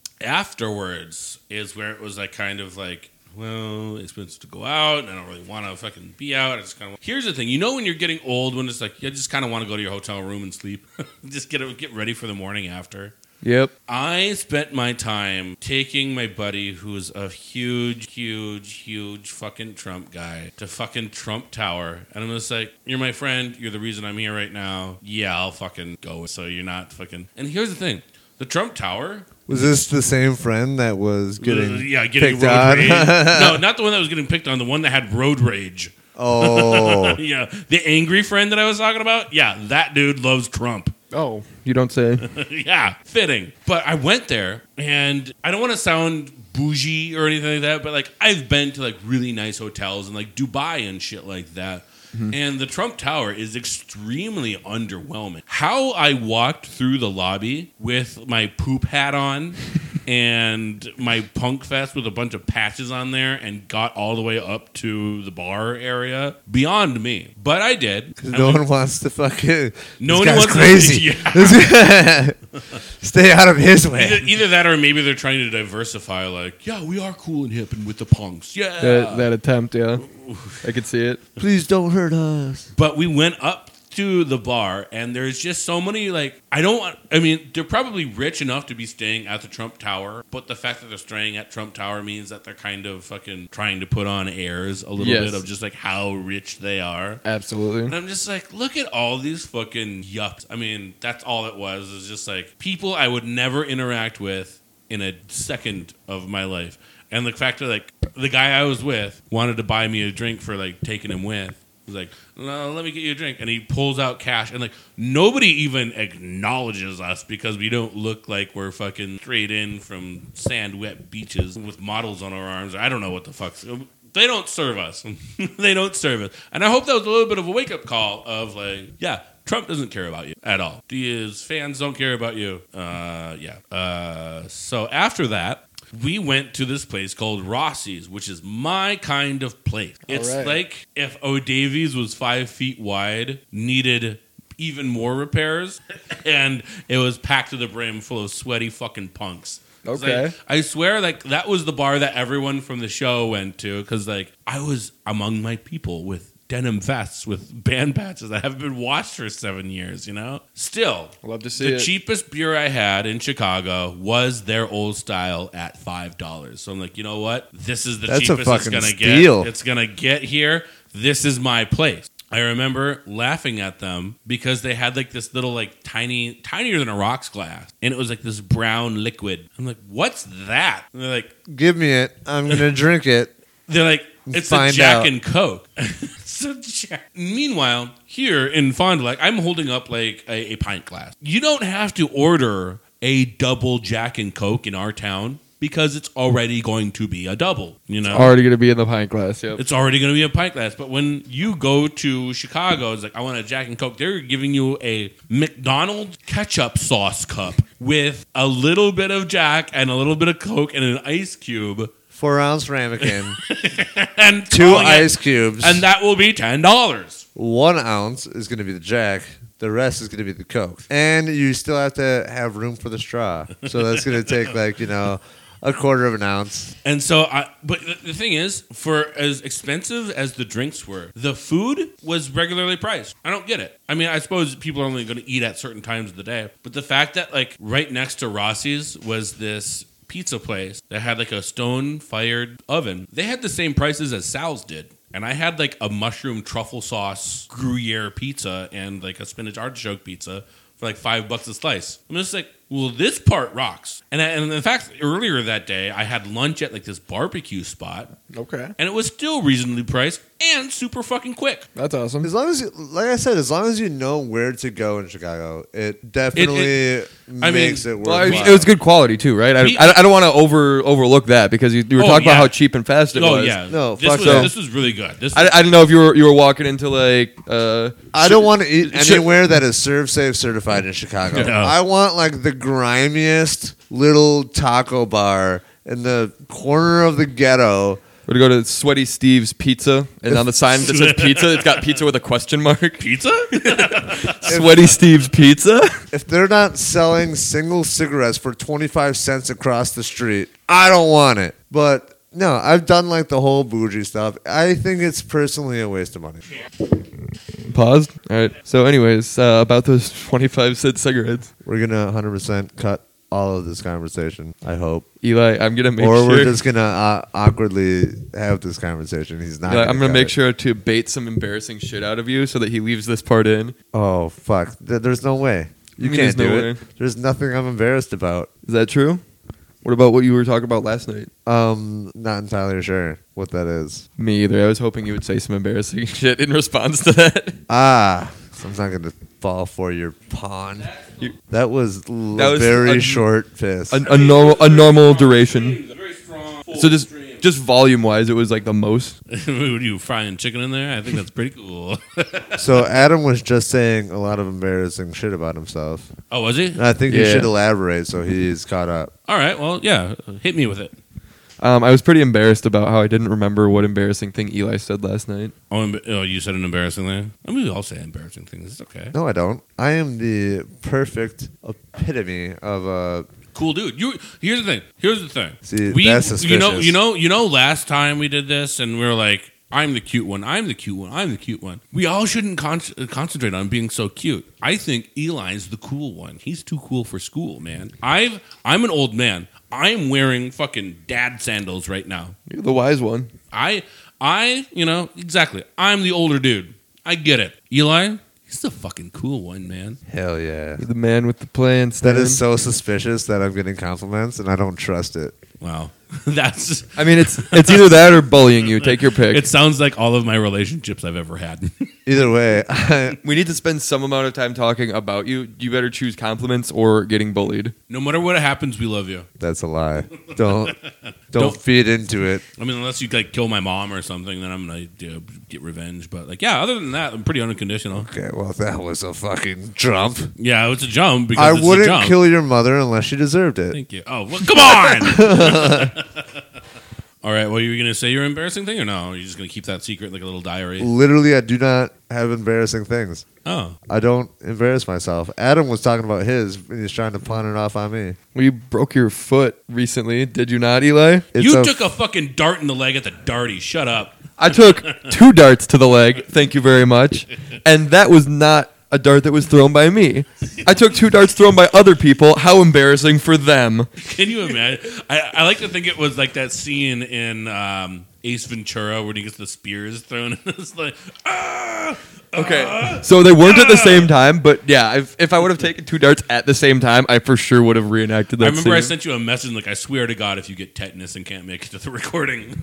Speaker 1: afterwards is where it was like kind of like, well, it's expensive to go out, and I don't really want to fucking be out. I just kind of. Here's the thing, you know, when you're getting old, when it's like you just kind of want to go to your hotel room and sleep, just get get ready for the morning after.
Speaker 3: Yep.
Speaker 1: I spent my time taking my buddy, who's a huge, huge, huge fucking Trump guy, to fucking Trump Tower. And I'm just like, you're my friend. You're the reason I'm here right now. Yeah, I'll fucking go. So you're not fucking. And here's the thing the Trump Tower
Speaker 2: Was this the same friend that was getting
Speaker 1: Uh, yeah, getting
Speaker 2: picked
Speaker 1: road
Speaker 2: on?
Speaker 1: rage. no, not the one that was getting picked on, the one that had road rage.
Speaker 2: oh,
Speaker 1: yeah, the angry friend that I was talking about. Yeah, that dude loves Trump.
Speaker 3: Oh, you don't say.
Speaker 1: yeah, fitting. But I went there, and I don't want to sound bougie or anything like that, but like I've been to like really nice hotels and like Dubai and shit like that. And the Trump Tower is extremely underwhelming. How I walked through the lobby with my poop hat on and my punk fest with a bunch of patches on there and got all the way up to the bar area beyond me. But I did.
Speaker 2: 'Cause no one wants to fucking.
Speaker 1: No one
Speaker 2: this guy's
Speaker 1: wants to-
Speaker 2: crazy.
Speaker 1: Yeah.
Speaker 2: Stay out of his way.
Speaker 1: Either, either that, or maybe they're trying to diversify. Like, yeah, we are cool and hip and with the punks. Yeah,
Speaker 3: that, that attempt, yeah. I could see it.
Speaker 2: Please don't hurt us.
Speaker 1: but we went up to the bar and there's just so many like i don't want i mean they're probably rich enough to be staying at the trump tower but the fact that they're staying at trump tower means that they're kind of fucking trying to put on airs a little
Speaker 3: Yes.
Speaker 1: bit of just like how rich they are and
Speaker 3: Absolutely.
Speaker 1: i'm just like look at all these fucking yucks i mean that's all it was it's just like people i would never interact with in a second of my life and the fact that like the guy i was with wanted to buy me a drink for like taking him with He's like, no, let me get you a drink. And he pulls out cash. And like, nobody even acknowledges us because we don't look like we're fucking straight in from sand wet beaches with models on our arms. I don't know what the fuck's. They don't serve us. they don't serve us. And I hope that was a little bit of a wake up call of like, yeah, Trump doesn't care about you at all. His fans don't care about you. Uh, yeah. Uh, so after that, we went to this place called Rossi's, which is my kind of place. It's
Speaker 3: right.
Speaker 1: like if O'Davies was five feet wide, needed even more repairs, and it was packed to the brim full of sweaty fucking punks. It's like-
Speaker 3: Okay.
Speaker 1: I swear, like that was the bar that everyone from the show went to because, like, I was among my people with denim vests with band patches that haven't been washed for seven years. You know, still
Speaker 3: Love to see
Speaker 1: the
Speaker 3: it.
Speaker 1: cheapest beer I had in Chicago was their old style at five dollars. So I'm like, you know what? This is the
Speaker 2: That's a
Speaker 1: cheapest it's
Speaker 2: fucking
Speaker 1: gonna
Speaker 2: steal.
Speaker 1: get. It's gonna get here. this is my place. I remember laughing at them because they had like this little like tiny tinier than a rocks glass and it was like this brown liquid. I'm like, "What's that?" And they're like
Speaker 2: Give me it. I'm gonna drink it.
Speaker 1: they're like, it's a
Speaker 2: Find
Speaker 1: Jack
Speaker 2: out.
Speaker 1: and Coke. it's a Jack. Meanwhile, here in Fond du Lac, I'm holding up like a, a pint glass. You don't have to order a double Jack and Coke in our town because it's already going to be a double. You know,
Speaker 3: Already going to be in the pint glass. Yep.
Speaker 1: it's already going to be a pint glass. But when you go to Chicago, it's like I want a Jack and Coke. They're giving you a McDonald's ketchup sauce cup with a little bit of Jack and a little bit of Coke and an ice cube
Speaker 2: Four ounce ramekin,
Speaker 1: and
Speaker 2: two
Speaker 1: calling it-
Speaker 2: ice cubes,
Speaker 1: Oh, and that will be ten dollars.
Speaker 2: one ounce is gonna be the Jack. The rest is gonna be the Coke, and you still have to have room for the straw. So that's gonna take like you know a quarter of an ounce.
Speaker 1: And so, I but the, the thing is, for as expensive as the drinks were, the food was regularly priced. I don't get it. I mean, I suppose people are only going to eat at certain times of the day, but the fact that like right next to Rossi's was this pizza place that had like a stone fired oven. They had the same prices as Sal's did. And I had like a mushroom truffle sauce Gruyere pizza and like a spinach artichoke pizza for like five bucks a slice. I'm just like, well, this part rocks. And, I, and in fact, earlier that day, I had lunch at like this barbecue spot,
Speaker 3: Okay.
Speaker 1: and it was still reasonably priced and super fucking quick.
Speaker 3: That's awesome.
Speaker 2: As long as, you, like I said, as long as you know where to go in Chicago, it definitely
Speaker 1: I mean,
Speaker 2: makes it
Speaker 3: Well,
Speaker 2: worthwhile.
Speaker 3: it was- it was good quality too, right? I,
Speaker 1: He-
Speaker 3: I, I don't want to over overlook that because you, you were
Speaker 1: Oh,
Speaker 3: talking
Speaker 1: yeah.
Speaker 3: about how cheap and fast it
Speaker 1: Oh
Speaker 3: was.
Speaker 1: yeah,
Speaker 2: No,
Speaker 1: this
Speaker 2: fuck
Speaker 1: was
Speaker 2: so.
Speaker 1: this was really good. This
Speaker 3: I, I didn't know if you were you were walking into like uh
Speaker 2: I don't want to eat
Speaker 3: Sure.
Speaker 2: anywhere that is serve safe certified in Chicago.
Speaker 1: No.
Speaker 2: I want like the grimiest little taco bar in the corner of the ghetto.
Speaker 3: we're gonna go to Sweaty Steve's Pizza and on the sign that says pizza it's got pizza with a question mark.
Speaker 1: pizza.
Speaker 3: Sweaty Steve's Pizza.
Speaker 2: If they're not selling single cigarettes for 25 cents across the street, I don't want it. But no, I've done like the whole bougie stuff. I think it's personally a waste of money.
Speaker 3: Paused. All right. So, anyways, uh, about those twenty-five cent cigarettes,
Speaker 2: We're going to 100% cut all of this conversation, I hope.
Speaker 3: Eli, I'm gonna make
Speaker 2: or
Speaker 3: sure.
Speaker 2: we're just going to uh, awkwardly have this conversation. He's not.
Speaker 3: Eli, I'm gonna
Speaker 2: cut
Speaker 3: make
Speaker 2: it.
Speaker 3: sure to bait some embarrassing shit out of you so that he leaves this part in.
Speaker 2: Oh fuck! Th- There's no way. You
Speaker 3: mean
Speaker 2: can't
Speaker 3: there's
Speaker 2: do
Speaker 3: no
Speaker 2: it.
Speaker 3: way?
Speaker 2: There's nothing I'm embarrassed about.
Speaker 3: Is that true? What about what you were talking about last night?
Speaker 2: Um, not entirely sure what that is.
Speaker 3: Me either. I was hoping you would say some embarrassing shit in response to that.
Speaker 2: Ah, I'm not gonna fall for your pawn.
Speaker 3: You-
Speaker 2: That was l-
Speaker 3: That was
Speaker 2: very
Speaker 3: un-
Speaker 2: short fist.
Speaker 3: A, a normal, a normal duration.
Speaker 1: Very strong, full
Speaker 3: So just,
Speaker 1: stream.
Speaker 3: just volume wise, it was like the most.
Speaker 1: what are you frying chicken in there? I think that's pretty cool.
Speaker 2: so Adam was just saying a lot of embarrassing shit about himself.
Speaker 1: oh, was he?
Speaker 2: And I think you
Speaker 3: Yeah.
Speaker 2: should elaborate so he's caught up.
Speaker 1: All right. Well, yeah. Hit me with it.
Speaker 3: Um, I was pretty embarrassed about how I didn't remember what embarrassing thing Eli said last night.
Speaker 1: Oh, em- oh you said an embarrassing thing. I mean, we all say embarrassing things. It's okay.
Speaker 2: No, I don't. I am the perfect epitome of a.
Speaker 1: Cool dude. You here's the thing. Here's the thing.
Speaker 2: See, that's
Speaker 1: You know,
Speaker 2: suspicious.
Speaker 1: you know, you know. Last time we did this, and we were like, "I'm the cute one. I'm the cute one. I'm the cute one." We all shouldn't con- concentrate on being so cute. I think Eli's the cool one. He's too cool for school, man. I've I'm an old man. I'm wearing fucking dad sandals right now.
Speaker 3: You're the wise one.
Speaker 1: I I you know exactly. I'm the older dude. I get it. Eli, he's the fucking cool one, man.
Speaker 2: Hell yeah.
Speaker 3: You're the man with the plan. Stan.
Speaker 2: That is so suspicious that I'm getting compliments and I don't trust it.
Speaker 1: Wow, that's
Speaker 3: I mean, it's it's either that or bullying you. Take your pick.
Speaker 1: It sounds like all of my relationships I've ever had.
Speaker 2: Either way, I,
Speaker 3: we need to spend some amount of time talking about you. You better choose compliments or getting bullied.
Speaker 1: no matter what happens, we love you.
Speaker 2: that's a lie. Don't, don't
Speaker 1: Don't-
Speaker 2: feed into it.
Speaker 1: I mean, unless you like kill my mom or something, then I'm gonna you know, get revenge. But like, yeah, other than that, I'm pretty unconditional.
Speaker 2: Okay, well that was a fucking jump.
Speaker 1: Yeah, it's a jump because
Speaker 2: I
Speaker 1: it's a
Speaker 2: wouldn't
Speaker 1: jump.
Speaker 2: kill your mother unless she deserved it.
Speaker 1: Thank you. Oh, well, come on. All right. Well, you were gonna say your embarrassing thing, or no? You're just gonna keep that secret like a little diary.
Speaker 2: Literally, I do not have embarrassing things.
Speaker 1: Oh,
Speaker 2: I don't embarrass myself. Adam was talking about his, and he's trying to pawn it off on me.
Speaker 3: Well, you broke your foot recently, did you not, Eli?
Speaker 2: It's
Speaker 1: you
Speaker 2: a-
Speaker 1: took a fucking dart in the leg at the darty. Shut up.
Speaker 3: I took two darts to the leg. Thank you very much. And that was not a dart that was thrown by me. I took two darts thrown by other people. How embarrassing for them.
Speaker 1: Can you imagine? I, I like to think it was like that scene in um, Ace Ventura when he gets the spears thrown, and it's like, ah!
Speaker 3: Okay. So they weren't at the same time, but yeah, if, if I would have taken two darts at the same time, I for sure would have reenacted that.
Speaker 1: I remember I
Speaker 3: scene.
Speaker 1: sent you a message like, I swear to God, if you get tetanus and can't make it to the recording,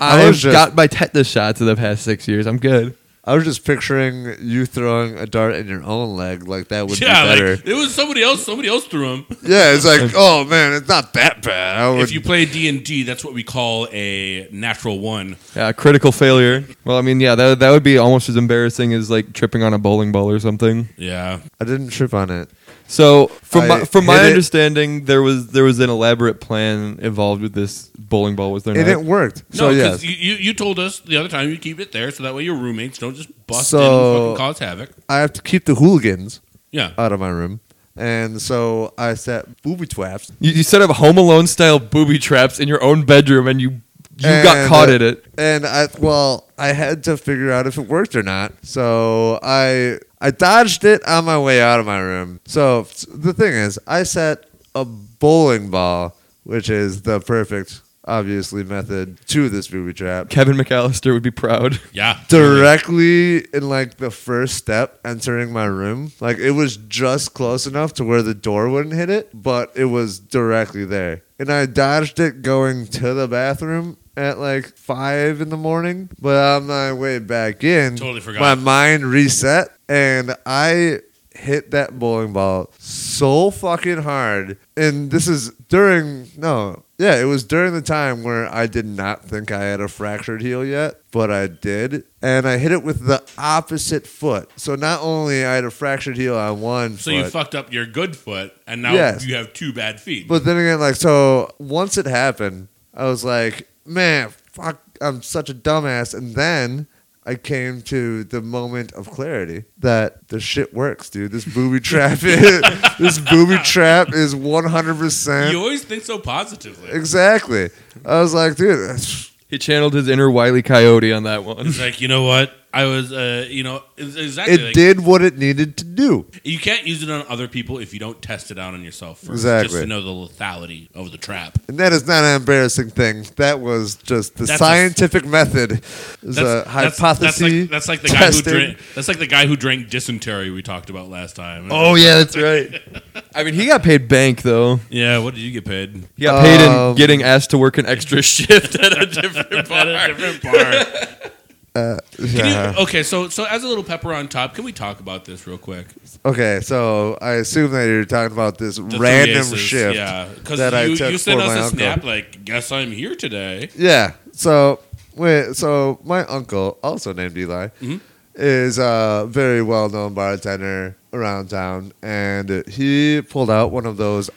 Speaker 3: I,
Speaker 2: I
Speaker 3: have
Speaker 2: was just-
Speaker 3: got my tetanus shots in the past six years. I'm good.
Speaker 2: I was just picturing you throwing a dart in your own leg, like that would
Speaker 1: yeah,
Speaker 2: be better.
Speaker 1: like it was somebody else. Somebody else threw him.
Speaker 2: yeah, it's like, oh man, it's not that bad. I would,
Speaker 1: If you play D and D, that's what we call a natural one.
Speaker 3: Yeah, critical failure. Well, I mean, yeah, that, that would be almost as embarrassing as like tripping on a bowling ball or something.
Speaker 1: Yeah,
Speaker 2: I didn't trip on it.
Speaker 3: So, from
Speaker 2: I
Speaker 3: my, from my
Speaker 2: hit it.
Speaker 3: understanding, there was there was an elaborate plan involved with this bowling ball. Was there?
Speaker 2: And it
Speaker 3: not?
Speaker 2: worked.
Speaker 1: no,
Speaker 2: So
Speaker 1: because
Speaker 2: yes.
Speaker 1: you, you you told us the other time you keep it there so that way your roommates don't just bust in
Speaker 2: So-
Speaker 1: and fucking cause havoc.
Speaker 2: I have to keep the hooligans
Speaker 1: Yeah,
Speaker 2: out of my room. And so I set booby traps.
Speaker 3: You, you set up Home Alone style booby traps in your own bedroom, and you you got
Speaker 2: And,
Speaker 3: caught
Speaker 2: uh,
Speaker 3: in it.
Speaker 2: And I well, I had to figure out if it worked or not. So I I dodged it on my way out of my room. So s- the thing is, I set a bowling ball, which is the perfect obviously method to this booby trap.
Speaker 3: Kevin McAllister would be proud.
Speaker 1: yeah.
Speaker 2: Directly in like the first step entering my room. Like it was just close enough to where the door wouldn't hit it, but it was directly there. And I dodged it going to the bathroom at like five in the morning. But on my way back in,
Speaker 1: Totally forgot.
Speaker 2: my mind reset and I hit that bowling ball so fucking hard. And this is during, no, yeah, it was during the time where I did not think I had a fractured heel yet, but I did. And I hit it with the opposite foot. So not only I had a fractured heel on one
Speaker 1: So
Speaker 2: foot.
Speaker 1: you fucked up your good foot, and now
Speaker 2: Yes.
Speaker 1: you have two bad feet.
Speaker 2: But then again, like so, once it happened, I was like, man, fuck, I'm such a dumbass. And then I came to the moment of clarity that the shit works, dude. This booby trap, is, this booby trap is 100
Speaker 1: you
Speaker 2: percent
Speaker 1: always think so positively.
Speaker 2: exactly. I was like, dude, that's-
Speaker 3: He channeled his inner Wiley Coyote on that one.
Speaker 1: It's like you know what I was. Uh, you know it's exactly.
Speaker 2: it
Speaker 1: like,
Speaker 2: did what it needed to do.
Speaker 1: You can't use it on other people if you don't test it out on yourself first. Just
Speaker 2: Exactly.
Speaker 1: to know the lethality of the trap.
Speaker 2: And that is not an embarrassing thing. That was just the
Speaker 1: That's a-
Speaker 2: scientific method. Is a
Speaker 1: That's,
Speaker 2: hypothesis.
Speaker 1: like, that's like the guy who
Speaker 2: tested.
Speaker 1: drank. That's like the guy who drank dysentery we talked about last time.
Speaker 3: Oh, yeah, that's right. I mean, he got paid bank though.
Speaker 1: yeah. What did you get paid?
Speaker 3: He got paid in
Speaker 2: Um,
Speaker 3: getting asked to work an extra shift at a different
Speaker 1: At a
Speaker 3: bar.
Speaker 1: different bar. Can you-
Speaker 2: Yeah.
Speaker 1: okay, so so as a little pepper on top, can we talk about this real quick?
Speaker 2: Okay, so I assume that you're talking about this
Speaker 1: The three
Speaker 2: random
Speaker 1: aces,
Speaker 2: shift.
Speaker 1: yeah. Because
Speaker 2: that I
Speaker 1: you,
Speaker 2: took
Speaker 1: you sent
Speaker 2: for
Speaker 1: us
Speaker 2: my
Speaker 1: a
Speaker 2: uncle.
Speaker 1: snap like, guess I'm here today.
Speaker 2: Yeah. So wait, so my uncle, also named Eli, is a very well known bartender around town, and he pulled out one of those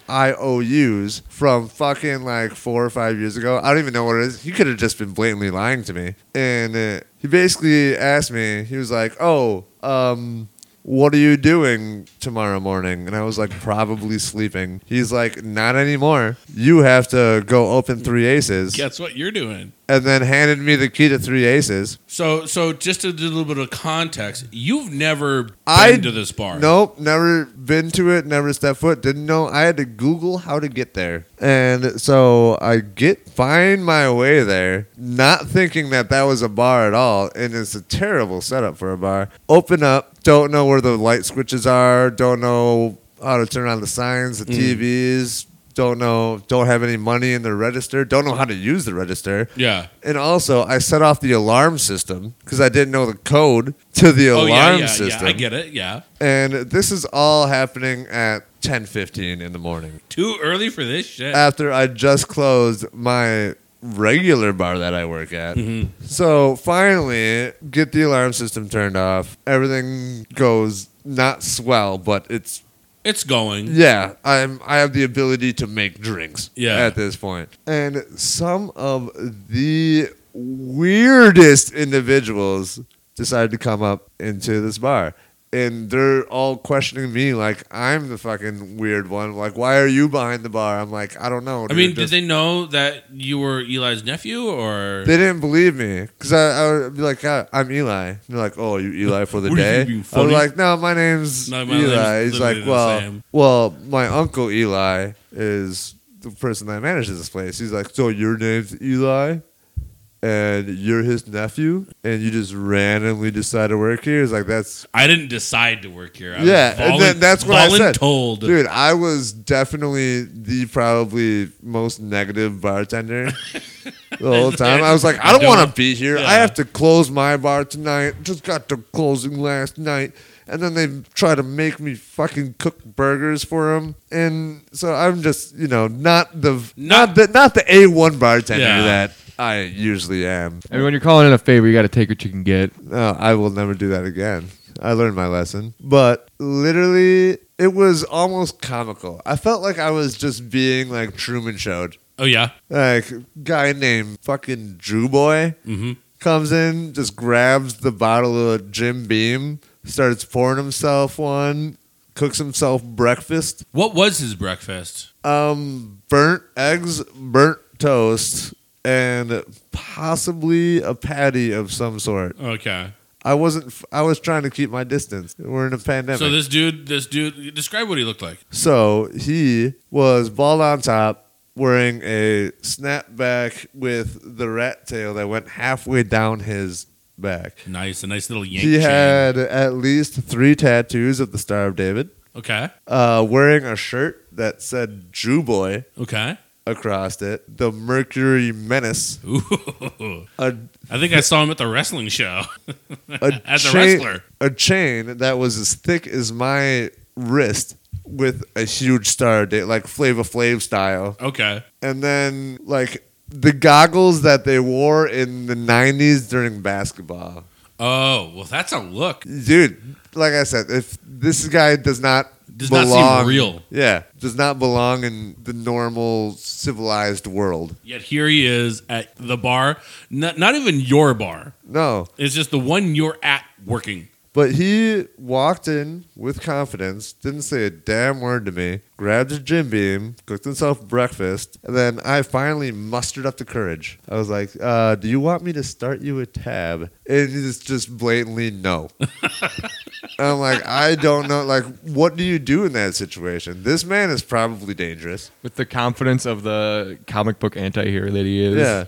Speaker 2: IOUs from fucking like four or five years ago. I don't even know what it is. He could have just been blatantly lying to me, and uh, he basically asked me. He was like, "Oh, um." what are you doing tomorrow morning? And I was like, probably sleeping. He's like, not anymore. You have to go open three aces
Speaker 1: Guess what you're doing.
Speaker 2: and then handed me the key to three aces.
Speaker 1: So so just a little bit of context. You've never been
Speaker 2: I-
Speaker 1: to this bar.
Speaker 2: Nope, never been to it, never stepped foot. Didn't know. I had to Google how to get there, and so I get find my way there, not thinking that that was a bar at all, and it's a terrible setup for a bar. Open up, don't know where the light switches are, don't know how to turn on the signs, the TVs. Don't know, don't have any money in the register, don't know how to use the register.
Speaker 1: Yeah.
Speaker 2: And also, I set off the alarm system because I didn't know the code to the
Speaker 1: oh
Speaker 2: alarm
Speaker 1: yeah, yeah,
Speaker 2: system.
Speaker 1: yeah. I get it. Yeah.
Speaker 2: And this is all happening at 10:15 in the morning
Speaker 1: Too early for this shit.
Speaker 2: after I just closed my regular bar that I work at.
Speaker 1: Mm-hmm.
Speaker 2: So finally, get the alarm system turned off. Everything goes not swell, but it's
Speaker 1: it's going.
Speaker 2: yeah, I'm I have the ability to make drinks
Speaker 1: Yeah.
Speaker 2: at this point. And some of the weirdest individuals decided to come up into this bar. and they're all questioning me like I'm the fucking weird one. Like, why are you behind the bar? I'm like, I don't know.
Speaker 1: I
Speaker 2: dude.
Speaker 1: mean, did
Speaker 2: Just-
Speaker 1: they know that you were Eli's nephew or?
Speaker 2: They didn't believe me because I, I would be like, "God, I'm Eli. And they're like, oh, you Eli for the
Speaker 1: What do you
Speaker 2: day?
Speaker 1: think, being
Speaker 2: I was
Speaker 1: funny?
Speaker 2: like, no, my name's
Speaker 1: No, my name's
Speaker 2: Eli. He's
Speaker 1: literally
Speaker 2: like,
Speaker 1: the
Speaker 2: well,
Speaker 1: same.
Speaker 2: well, my uncle Eli is the person that manages this place. He's like, so your name's Eli, and you're his nephew, and you just randomly decide to work here. He's like, that's
Speaker 1: I didn't decide to work here. I
Speaker 2: Yeah,
Speaker 1: was
Speaker 2: and
Speaker 1: volun-
Speaker 2: then that's what I said.
Speaker 1: voluntold.
Speaker 2: Dude, I was definitely the probably most negative bartender the whole time. I was like, I don't want to be here. I
Speaker 1: Yeah.
Speaker 2: have to close my bar tonight. Just got to closing last night. And then they try to make me fucking cook burgers for them. And so I'm just, you know, not the
Speaker 1: Not-
Speaker 2: not, the not the A1 bartender
Speaker 1: Yeah.
Speaker 2: that I usually am.
Speaker 3: And when you're calling in a favor, you got to take what you can get.
Speaker 2: No, Oh, I will never do that again. I learned my lesson. But literally, it was almost comical. I felt like I was just being like Truman showed.
Speaker 1: Oh yeah.
Speaker 2: Like guy named fucking Jew Boy
Speaker 1: hmm
Speaker 2: comes in, just grabs the bottle of Jim Beam, starts pouring himself one, cooks himself breakfast,
Speaker 1: What was his breakfast?
Speaker 2: um, burnt eggs, burnt toast, and possibly a patty of some sort.
Speaker 1: Okay.
Speaker 2: I wasn't. f- I was trying to keep my distance. We're in a pandemic.
Speaker 1: So
Speaker 2: So,
Speaker 1: this dude, this dude, describe what he looked like.
Speaker 2: he was bald on top, wearing a snapback with the rat tail that went halfway down his back.
Speaker 1: Nice, a nice little yank.
Speaker 2: He
Speaker 1: chain.
Speaker 2: had at least three tattoos of the Star of David.
Speaker 1: Okay.
Speaker 2: Uh, wearing a shirt that said Jew Boy
Speaker 1: Okay.
Speaker 2: across it. The Mercury Menace.
Speaker 1: Ooh.
Speaker 2: A,
Speaker 1: I think I saw him at the wrestling show
Speaker 2: a
Speaker 1: as a
Speaker 2: chain-
Speaker 1: wrestler.
Speaker 2: a chain that was as thick as my wrist with a huge star date, like Flava Flav style.
Speaker 1: Okay.
Speaker 2: And then like the goggles that they wore in the nineties during basketball.
Speaker 1: Oh well, that's a look.
Speaker 2: Dude, like I said, if this guy does not
Speaker 1: Does not seem
Speaker 2: belong,
Speaker 1: real.
Speaker 2: Yeah. Does not belong in the normal civilized world.
Speaker 1: Yet here he is at the bar. Not, not even your bar.
Speaker 2: No.
Speaker 1: It's just the one you're at working.
Speaker 2: But he walked in with confidence, didn't say a damn word to me, grabbed his gym beam, cooked himself breakfast, and then I finally mustered up the courage. I was like, uh, Do you want me to start you a tab? And he's just blatantly no. And I'm like, I don't know. Like, what do you do in that situation? This man is probably dangerous.
Speaker 3: With the confidence of the comic book anti-hero that he is.
Speaker 2: Yeah.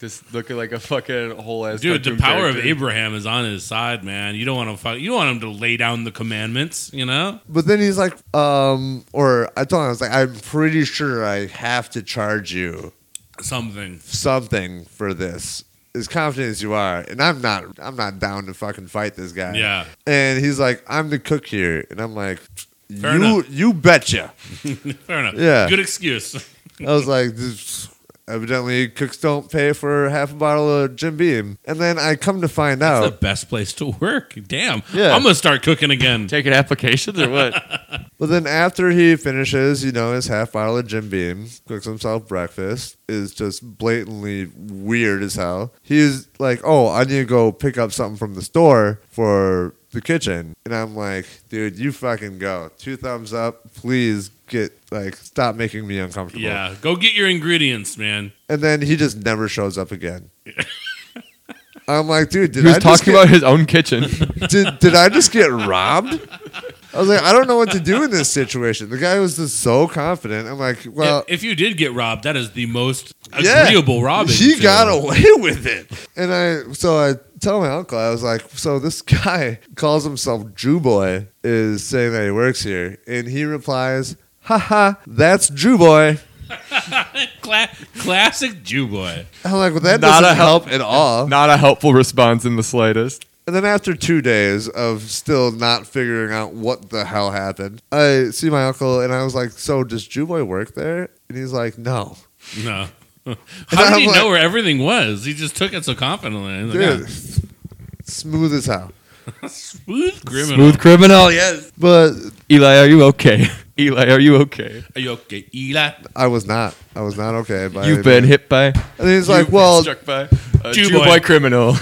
Speaker 3: Just looking like a fucking whole ass
Speaker 1: Dude, the
Speaker 3: cartoon
Speaker 1: power of
Speaker 3: character.
Speaker 1: Abraham is on his side, man. You don't want to fuck, you don't want him to lay down the commandments, you know?
Speaker 2: But then he's like, um, or I told him, I was like, I'm pretty sure I have to charge you
Speaker 1: Something.
Speaker 2: something for this as confident as you are and i'm not i'm not down to fucking fight this guy
Speaker 1: Yeah.
Speaker 2: and he's like i'm the cook here and i'm like
Speaker 1: Fair
Speaker 2: you
Speaker 1: enough.
Speaker 2: you betcha
Speaker 1: Fair enough.
Speaker 2: Yeah.
Speaker 1: Good excuse.
Speaker 2: i was like this, evidently cooks don't pay for half a bottle of jim beam and then i come to find
Speaker 1: It's the
Speaker 2: out
Speaker 1: best place to work. Damn.
Speaker 2: Yeah.
Speaker 1: I'm going to start cooking again.
Speaker 3: Taking applications or what?
Speaker 2: but then after he finishes you know his half bottle of jim beam cooks himself breakfast is just blatantly weird as hell he's like oh i need to go pick up something from the store for the kitchen. And I'm like, dude, you fucking go. Two thumbs up. Please get, like, stop making me uncomfortable.
Speaker 1: Yeah. Go get your ingredients, man.
Speaker 2: And then he just never shows up again. I'm like, dude, did
Speaker 3: he was
Speaker 2: I just
Speaker 3: talking
Speaker 2: get,
Speaker 3: about his own kitchen.
Speaker 2: did, did I just get robbed? I was like, I don't know what to do in this situation. The guy was just so confident. I'm like, well,
Speaker 1: if, if you did get robbed, that is the most
Speaker 2: yeah,
Speaker 1: agreeable robbing.
Speaker 2: He
Speaker 1: to-
Speaker 2: got away with it. And I, so I tell my uncle, I was like, so this guy calls himself Jew Boy, is saying that he works here, and he replies, haha, that's Jew Boy.
Speaker 1: Cla- classic Jew boy.
Speaker 2: I'm like, well, that
Speaker 3: Not
Speaker 2: doesn't
Speaker 3: a
Speaker 2: help at all.
Speaker 3: Not a helpful response in the slightest.
Speaker 2: And then after two days of still not figuring out what the hell happened, I see my uncle, and I was like, so does Jew Boy work there? And he's like, no.
Speaker 1: No. How did
Speaker 2: I'm
Speaker 1: he
Speaker 2: like-
Speaker 1: know where everything was? He just took it so confidently. He's like,
Speaker 2: Dude,
Speaker 1: "Yeah,
Speaker 2: smooth as hell.
Speaker 1: Smooth criminal.
Speaker 3: Smooth criminal, yes.
Speaker 2: But
Speaker 3: Eli, are you okay? Eli, are you okay?
Speaker 1: Are you okay, Eli?
Speaker 2: I was not. I was not okay. By
Speaker 3: You've been hit by.
Speaker 2: And he's
Speaker 3: You've
Speaker 2: like,
Speaker 3: been
Speaker 2: well,
Speaker 3: struck by a
Speaker 1: Jew
Speaker 3: Jew
Speaker 1: boy.
Speaker 3: boy criminal.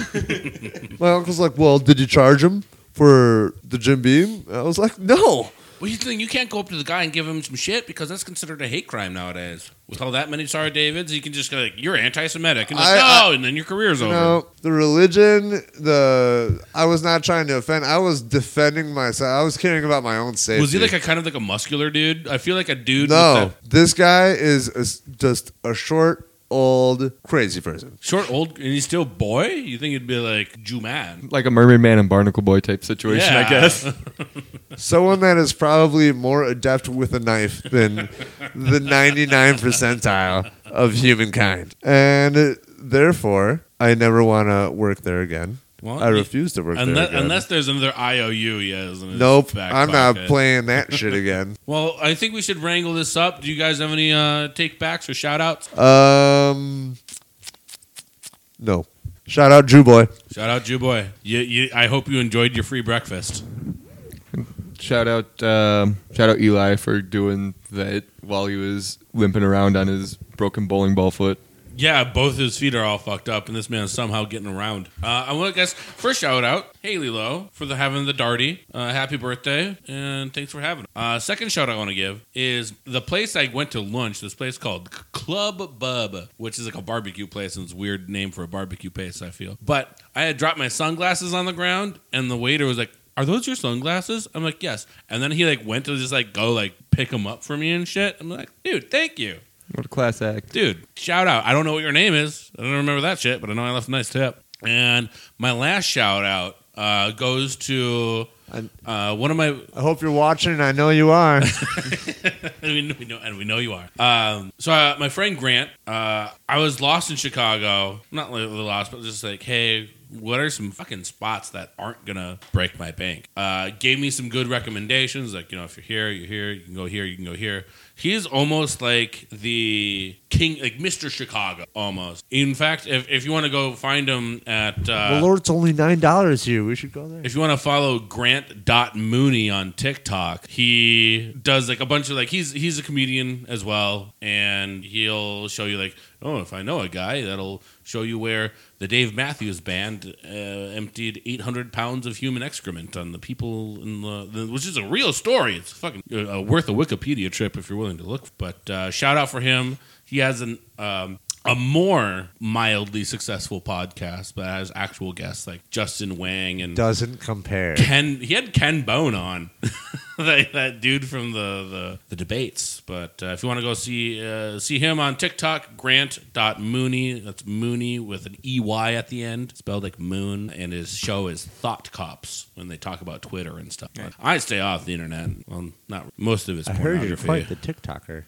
Speaker 2: my uncle's like, well, did you charge him? for the Jim Beam? I was like, no.
Speaker 1: What do you think? You can't go up to the guy and give him some shit because that's considered a hate crime nowadays. With all that many sorry Davids, you can just go like, "You're anti-Semitic," and like,
Speaker 2: I-
Speaker 1: no, and then your career's over.
Speaker 2: No, the religion, the I was not trying to offend. I was defending myself. I was caring about my own safety.
Speaker 1: Was he like a kind of like a muscular dude? I feel like a dude.
Speaker 2: no?
Speaker 1: with
Speaker 2: This guy is a s just a short, old, crazy person.
Speaker 1: a short, old, and he's still boy. You think he'd be like Jew man?
Speaker 3: Like a mermaid man and barnacle boy type situation, I guess.
Speaker 2: Someone that is probably more adept with a knife than the 99 percentile of humankind. And uh, therefore, I never want to work there again.
Speaker 1: Well,
Speaker 2: I
Speaker 1: you-
Speaker 2: refuse to work there
Speaker 1: Unless,
Speaker 2: again.
Speaker 1: unless there's another IOU, he has. in his
Speaker 2: nope,
Speaker 1: back
Speaker 2: I'm not
Speaker 1: pocket.
Speaker 2: playing that shit again.
Speaker 1: Well, I think we should wrangle this up. Do you guys have any uh, take backs or shout outs?
Speaker 2: Um, no. Shout out Jew Boy.
Speaker 1: Shout out, Jew boy. You, you, I hope you enjoyed your free breakfast.
Speaker 3: shout out, um, shout out Eli for doing that while he was limping around on his broken bowling ball foot.
Speaker 1: Yeah, both his feet are all fucked up, and this man's somehow getting around. Uh, I want to guess first shout out Haley Lowe for the having the darty. Uh, happy birthday, and thanks for having. it. Uh, second shout out I want to give is the place I went to lunch. This place called Club Bub, which is like a barbecue place, and it's a weird name for a barbecue place. I feel, but I had dropped my sunglasses on the ground, and the waiter was like. Are those your sunglasses? I'm like, yes. And then he like went to just like go like pick them up for me and shit. I'm like, dude, thank you
Speaker 3: What a class act.
Speaker 1: dude, shout out. I don't know what your name is. I don't remember that shit, but I know I left a nice tip. And my last shout out uh, goes to uh, one of my.
Speaker 2: I hope you're watching. I know you are.
Speaker 1: we know- we know, and we know you are. Um, so uh, my friend Grant, uh, I was lost in Chicago. Not really lost, but just like, hey. What are some fucking spots that aren't gonna break my bank? Uh, gave me some good recommendations, like you know, if you're here, you're here, you can go here, you can go here. He's almost like the king, like Mr. Chicago, almost. In fact, if, if you want to go find him at uh,
Speaker 2: well, Lord, it's only nine dollars here. We should go there.
Speaker 1: if you want to follow Grant Dot Mooney on TikTok, he does like a bunch of like he's he's a comedian as well, and he'll show you like oh if I know a guy that'll show you where the Dave Matthews Band uh, emptied 800 pounds of human excrement on the people in the, the which is a real story. It's fucking uh, worth a Wikipedia trip if you're willing to look. But uh, shout out for him. He has an um, a more mildly successful podcast, but has actual guests like Justin Wang and
Speaker 2: Doesn't compare.
Speaker 1: Ken. He had Ken Bone on, that, that dude from the, the, the debates. But uh, if you want to go see uh, see him on TikTok, Grant.Mooney. That's Mooney with an E Y at the end, spelled like moon. And his show is Thought Cops when they talk about Twitter and stuff. I stay off the internet. Well, not most of it's pornography.
Speaker 2: the TikToker.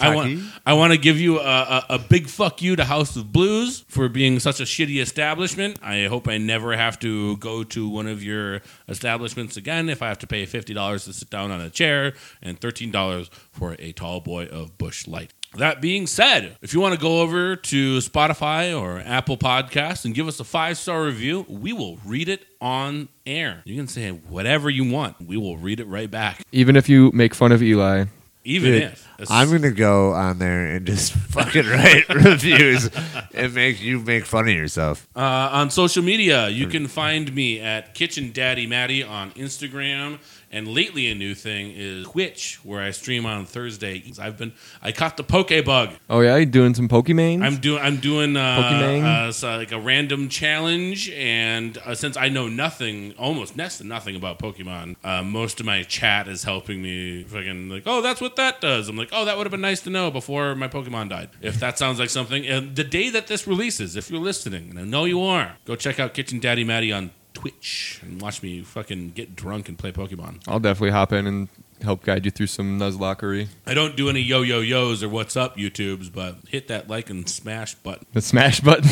Speaker 1: I want, I want to give you a, a, a big fuck you to House of Blues for being such a shitty establishment. I hope I never have to go to one of your establishments again if I have to pay $50 to sit down on a chair and $13 for a tall boy of Bush Light. That being said, if you want to go over to Spotify or Apple Podcasts and give us a five star review, we will read it on air. You can say whatever you want, we will read it right back.
Speaker 3: Even if you make fun of Eli,
Speaker 1: Even
Speaker 2: Dude,
Speaker 1: if
Speaker 2: I'm gonna go on there and just fucking write reviews and make you make fun of yourself.
Speaker 1: Uh, on social media, you can find me at Kitchen Daddy Matty on Instagram, and lately a new thing is Twitch, where I stream on Thursday. I've been I caught the poke bug.
Speaker 3: oh yeah, you doing some Pokemon?
Speaker 1: I'm doing I'm doing uh,
Speaker 3: Pokemon.
Speaker 1: uh, so like a random challenge, and uh, since I know nothing, almost next to nothing about Pokemon, uh, most of my chat is helping me. Fucking like, oh, that's what that does. I'm like, oh, that would have been nice to know before my Pokemon died. If that sounds like something, and the day that this releases, if you're listening, and I know you are, go check out Kitchen Daddy Matty on Twitch and watch me fucking get drunk and play Pokemon.
Speaker 3: I'll definitely hop in and help guide you through some Nuzlockery.
Speaker 1: I don't do any yo yo yo's or what's up YouTubes, but hit that like and smash button.
Speaker 3: The smash button.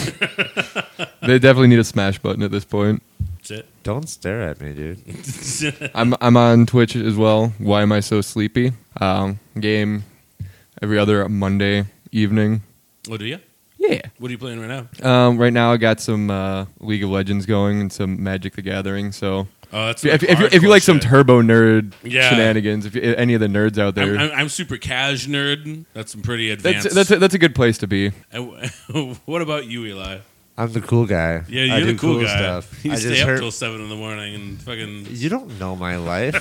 Speaker 3: they definitely need a smash button at this point.
Speaker 1: That's it.
Speaker 2: Don't stare at me, dude.
Speaker 3: I'm I'm on Twitch as well. Why am I so sleepy? Um, game every other Monday evening.
Speaker 1: what do you?
Speaker 3: Yeah.
Speaker 1: What are you playing right now?
Speaker 3: Um, right now I got some uh, League of Legends going and some Magic the Gathering. So
Speaker 1: Oh, that's
Speaker 3: if,
Speaker 1: like
Speaker 3: if, if you if you
Speaker 1: hardcore
Speaker 3: like some
Speaker 1: shit.
Speaker 3: turbo nerd
Speaker 1: Yeah.
Speaker 3: shenanigans, if you, any of the nerds out
Speaker 1: I'm,
Speaker 3: there,
Speaker 1: I'm, I'm super cash nerd. That's some pretty
Speaker 3: that's
Speaker 1: advanced.
Speaker 3: that's a, that's a good place to be.
Speaker 1: And w- what about you, Eli?
Speaker 2: I'm the cool guy.
Speaker 1: Yeah,
Speaker 2: I
Speaker 1: you're
Speaker 2: do
Speaker 1: the cool, guy.
Speaker 2: Stuff.
Speaker 1: You
Speaker 2: I
Speaker 1: stay
Speaker 2: just
Speaker 1: up
Speaker 2: heard,
Speaker 1: till seven in the morning and fucking.
Speaker 2: You don't know my life.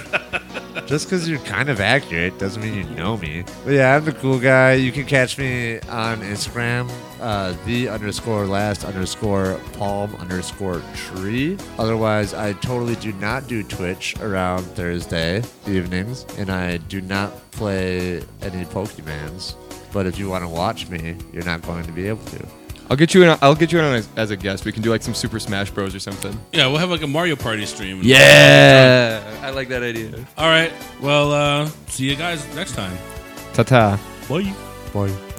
Speaker 2: Just because you're kind of accurate doesn't mean you know me. But yeah, I'm the cool guy. You can catch me on Instagram, uh, the underscore last underscore palm underscore tree. Otherwise, I totally do not do Twitch around Thursday evenings, and I do not play any Pokemans. But if you want to watch me, you're not going to be able to.
Speaker 3: I'll get you in. I'll get you in as, as a guest. We can do like some Super Smash Bros or something.
Speaker 1: Yeah, we'll have like a Mario Party stream.
Speaker 3: Yeah, I like that idea.
Speaker 1: All right. Well, uh, see you guys next time.
Speaker 3: Ta ta.
Speaker 1: Bye.
Speaker 2: Bye.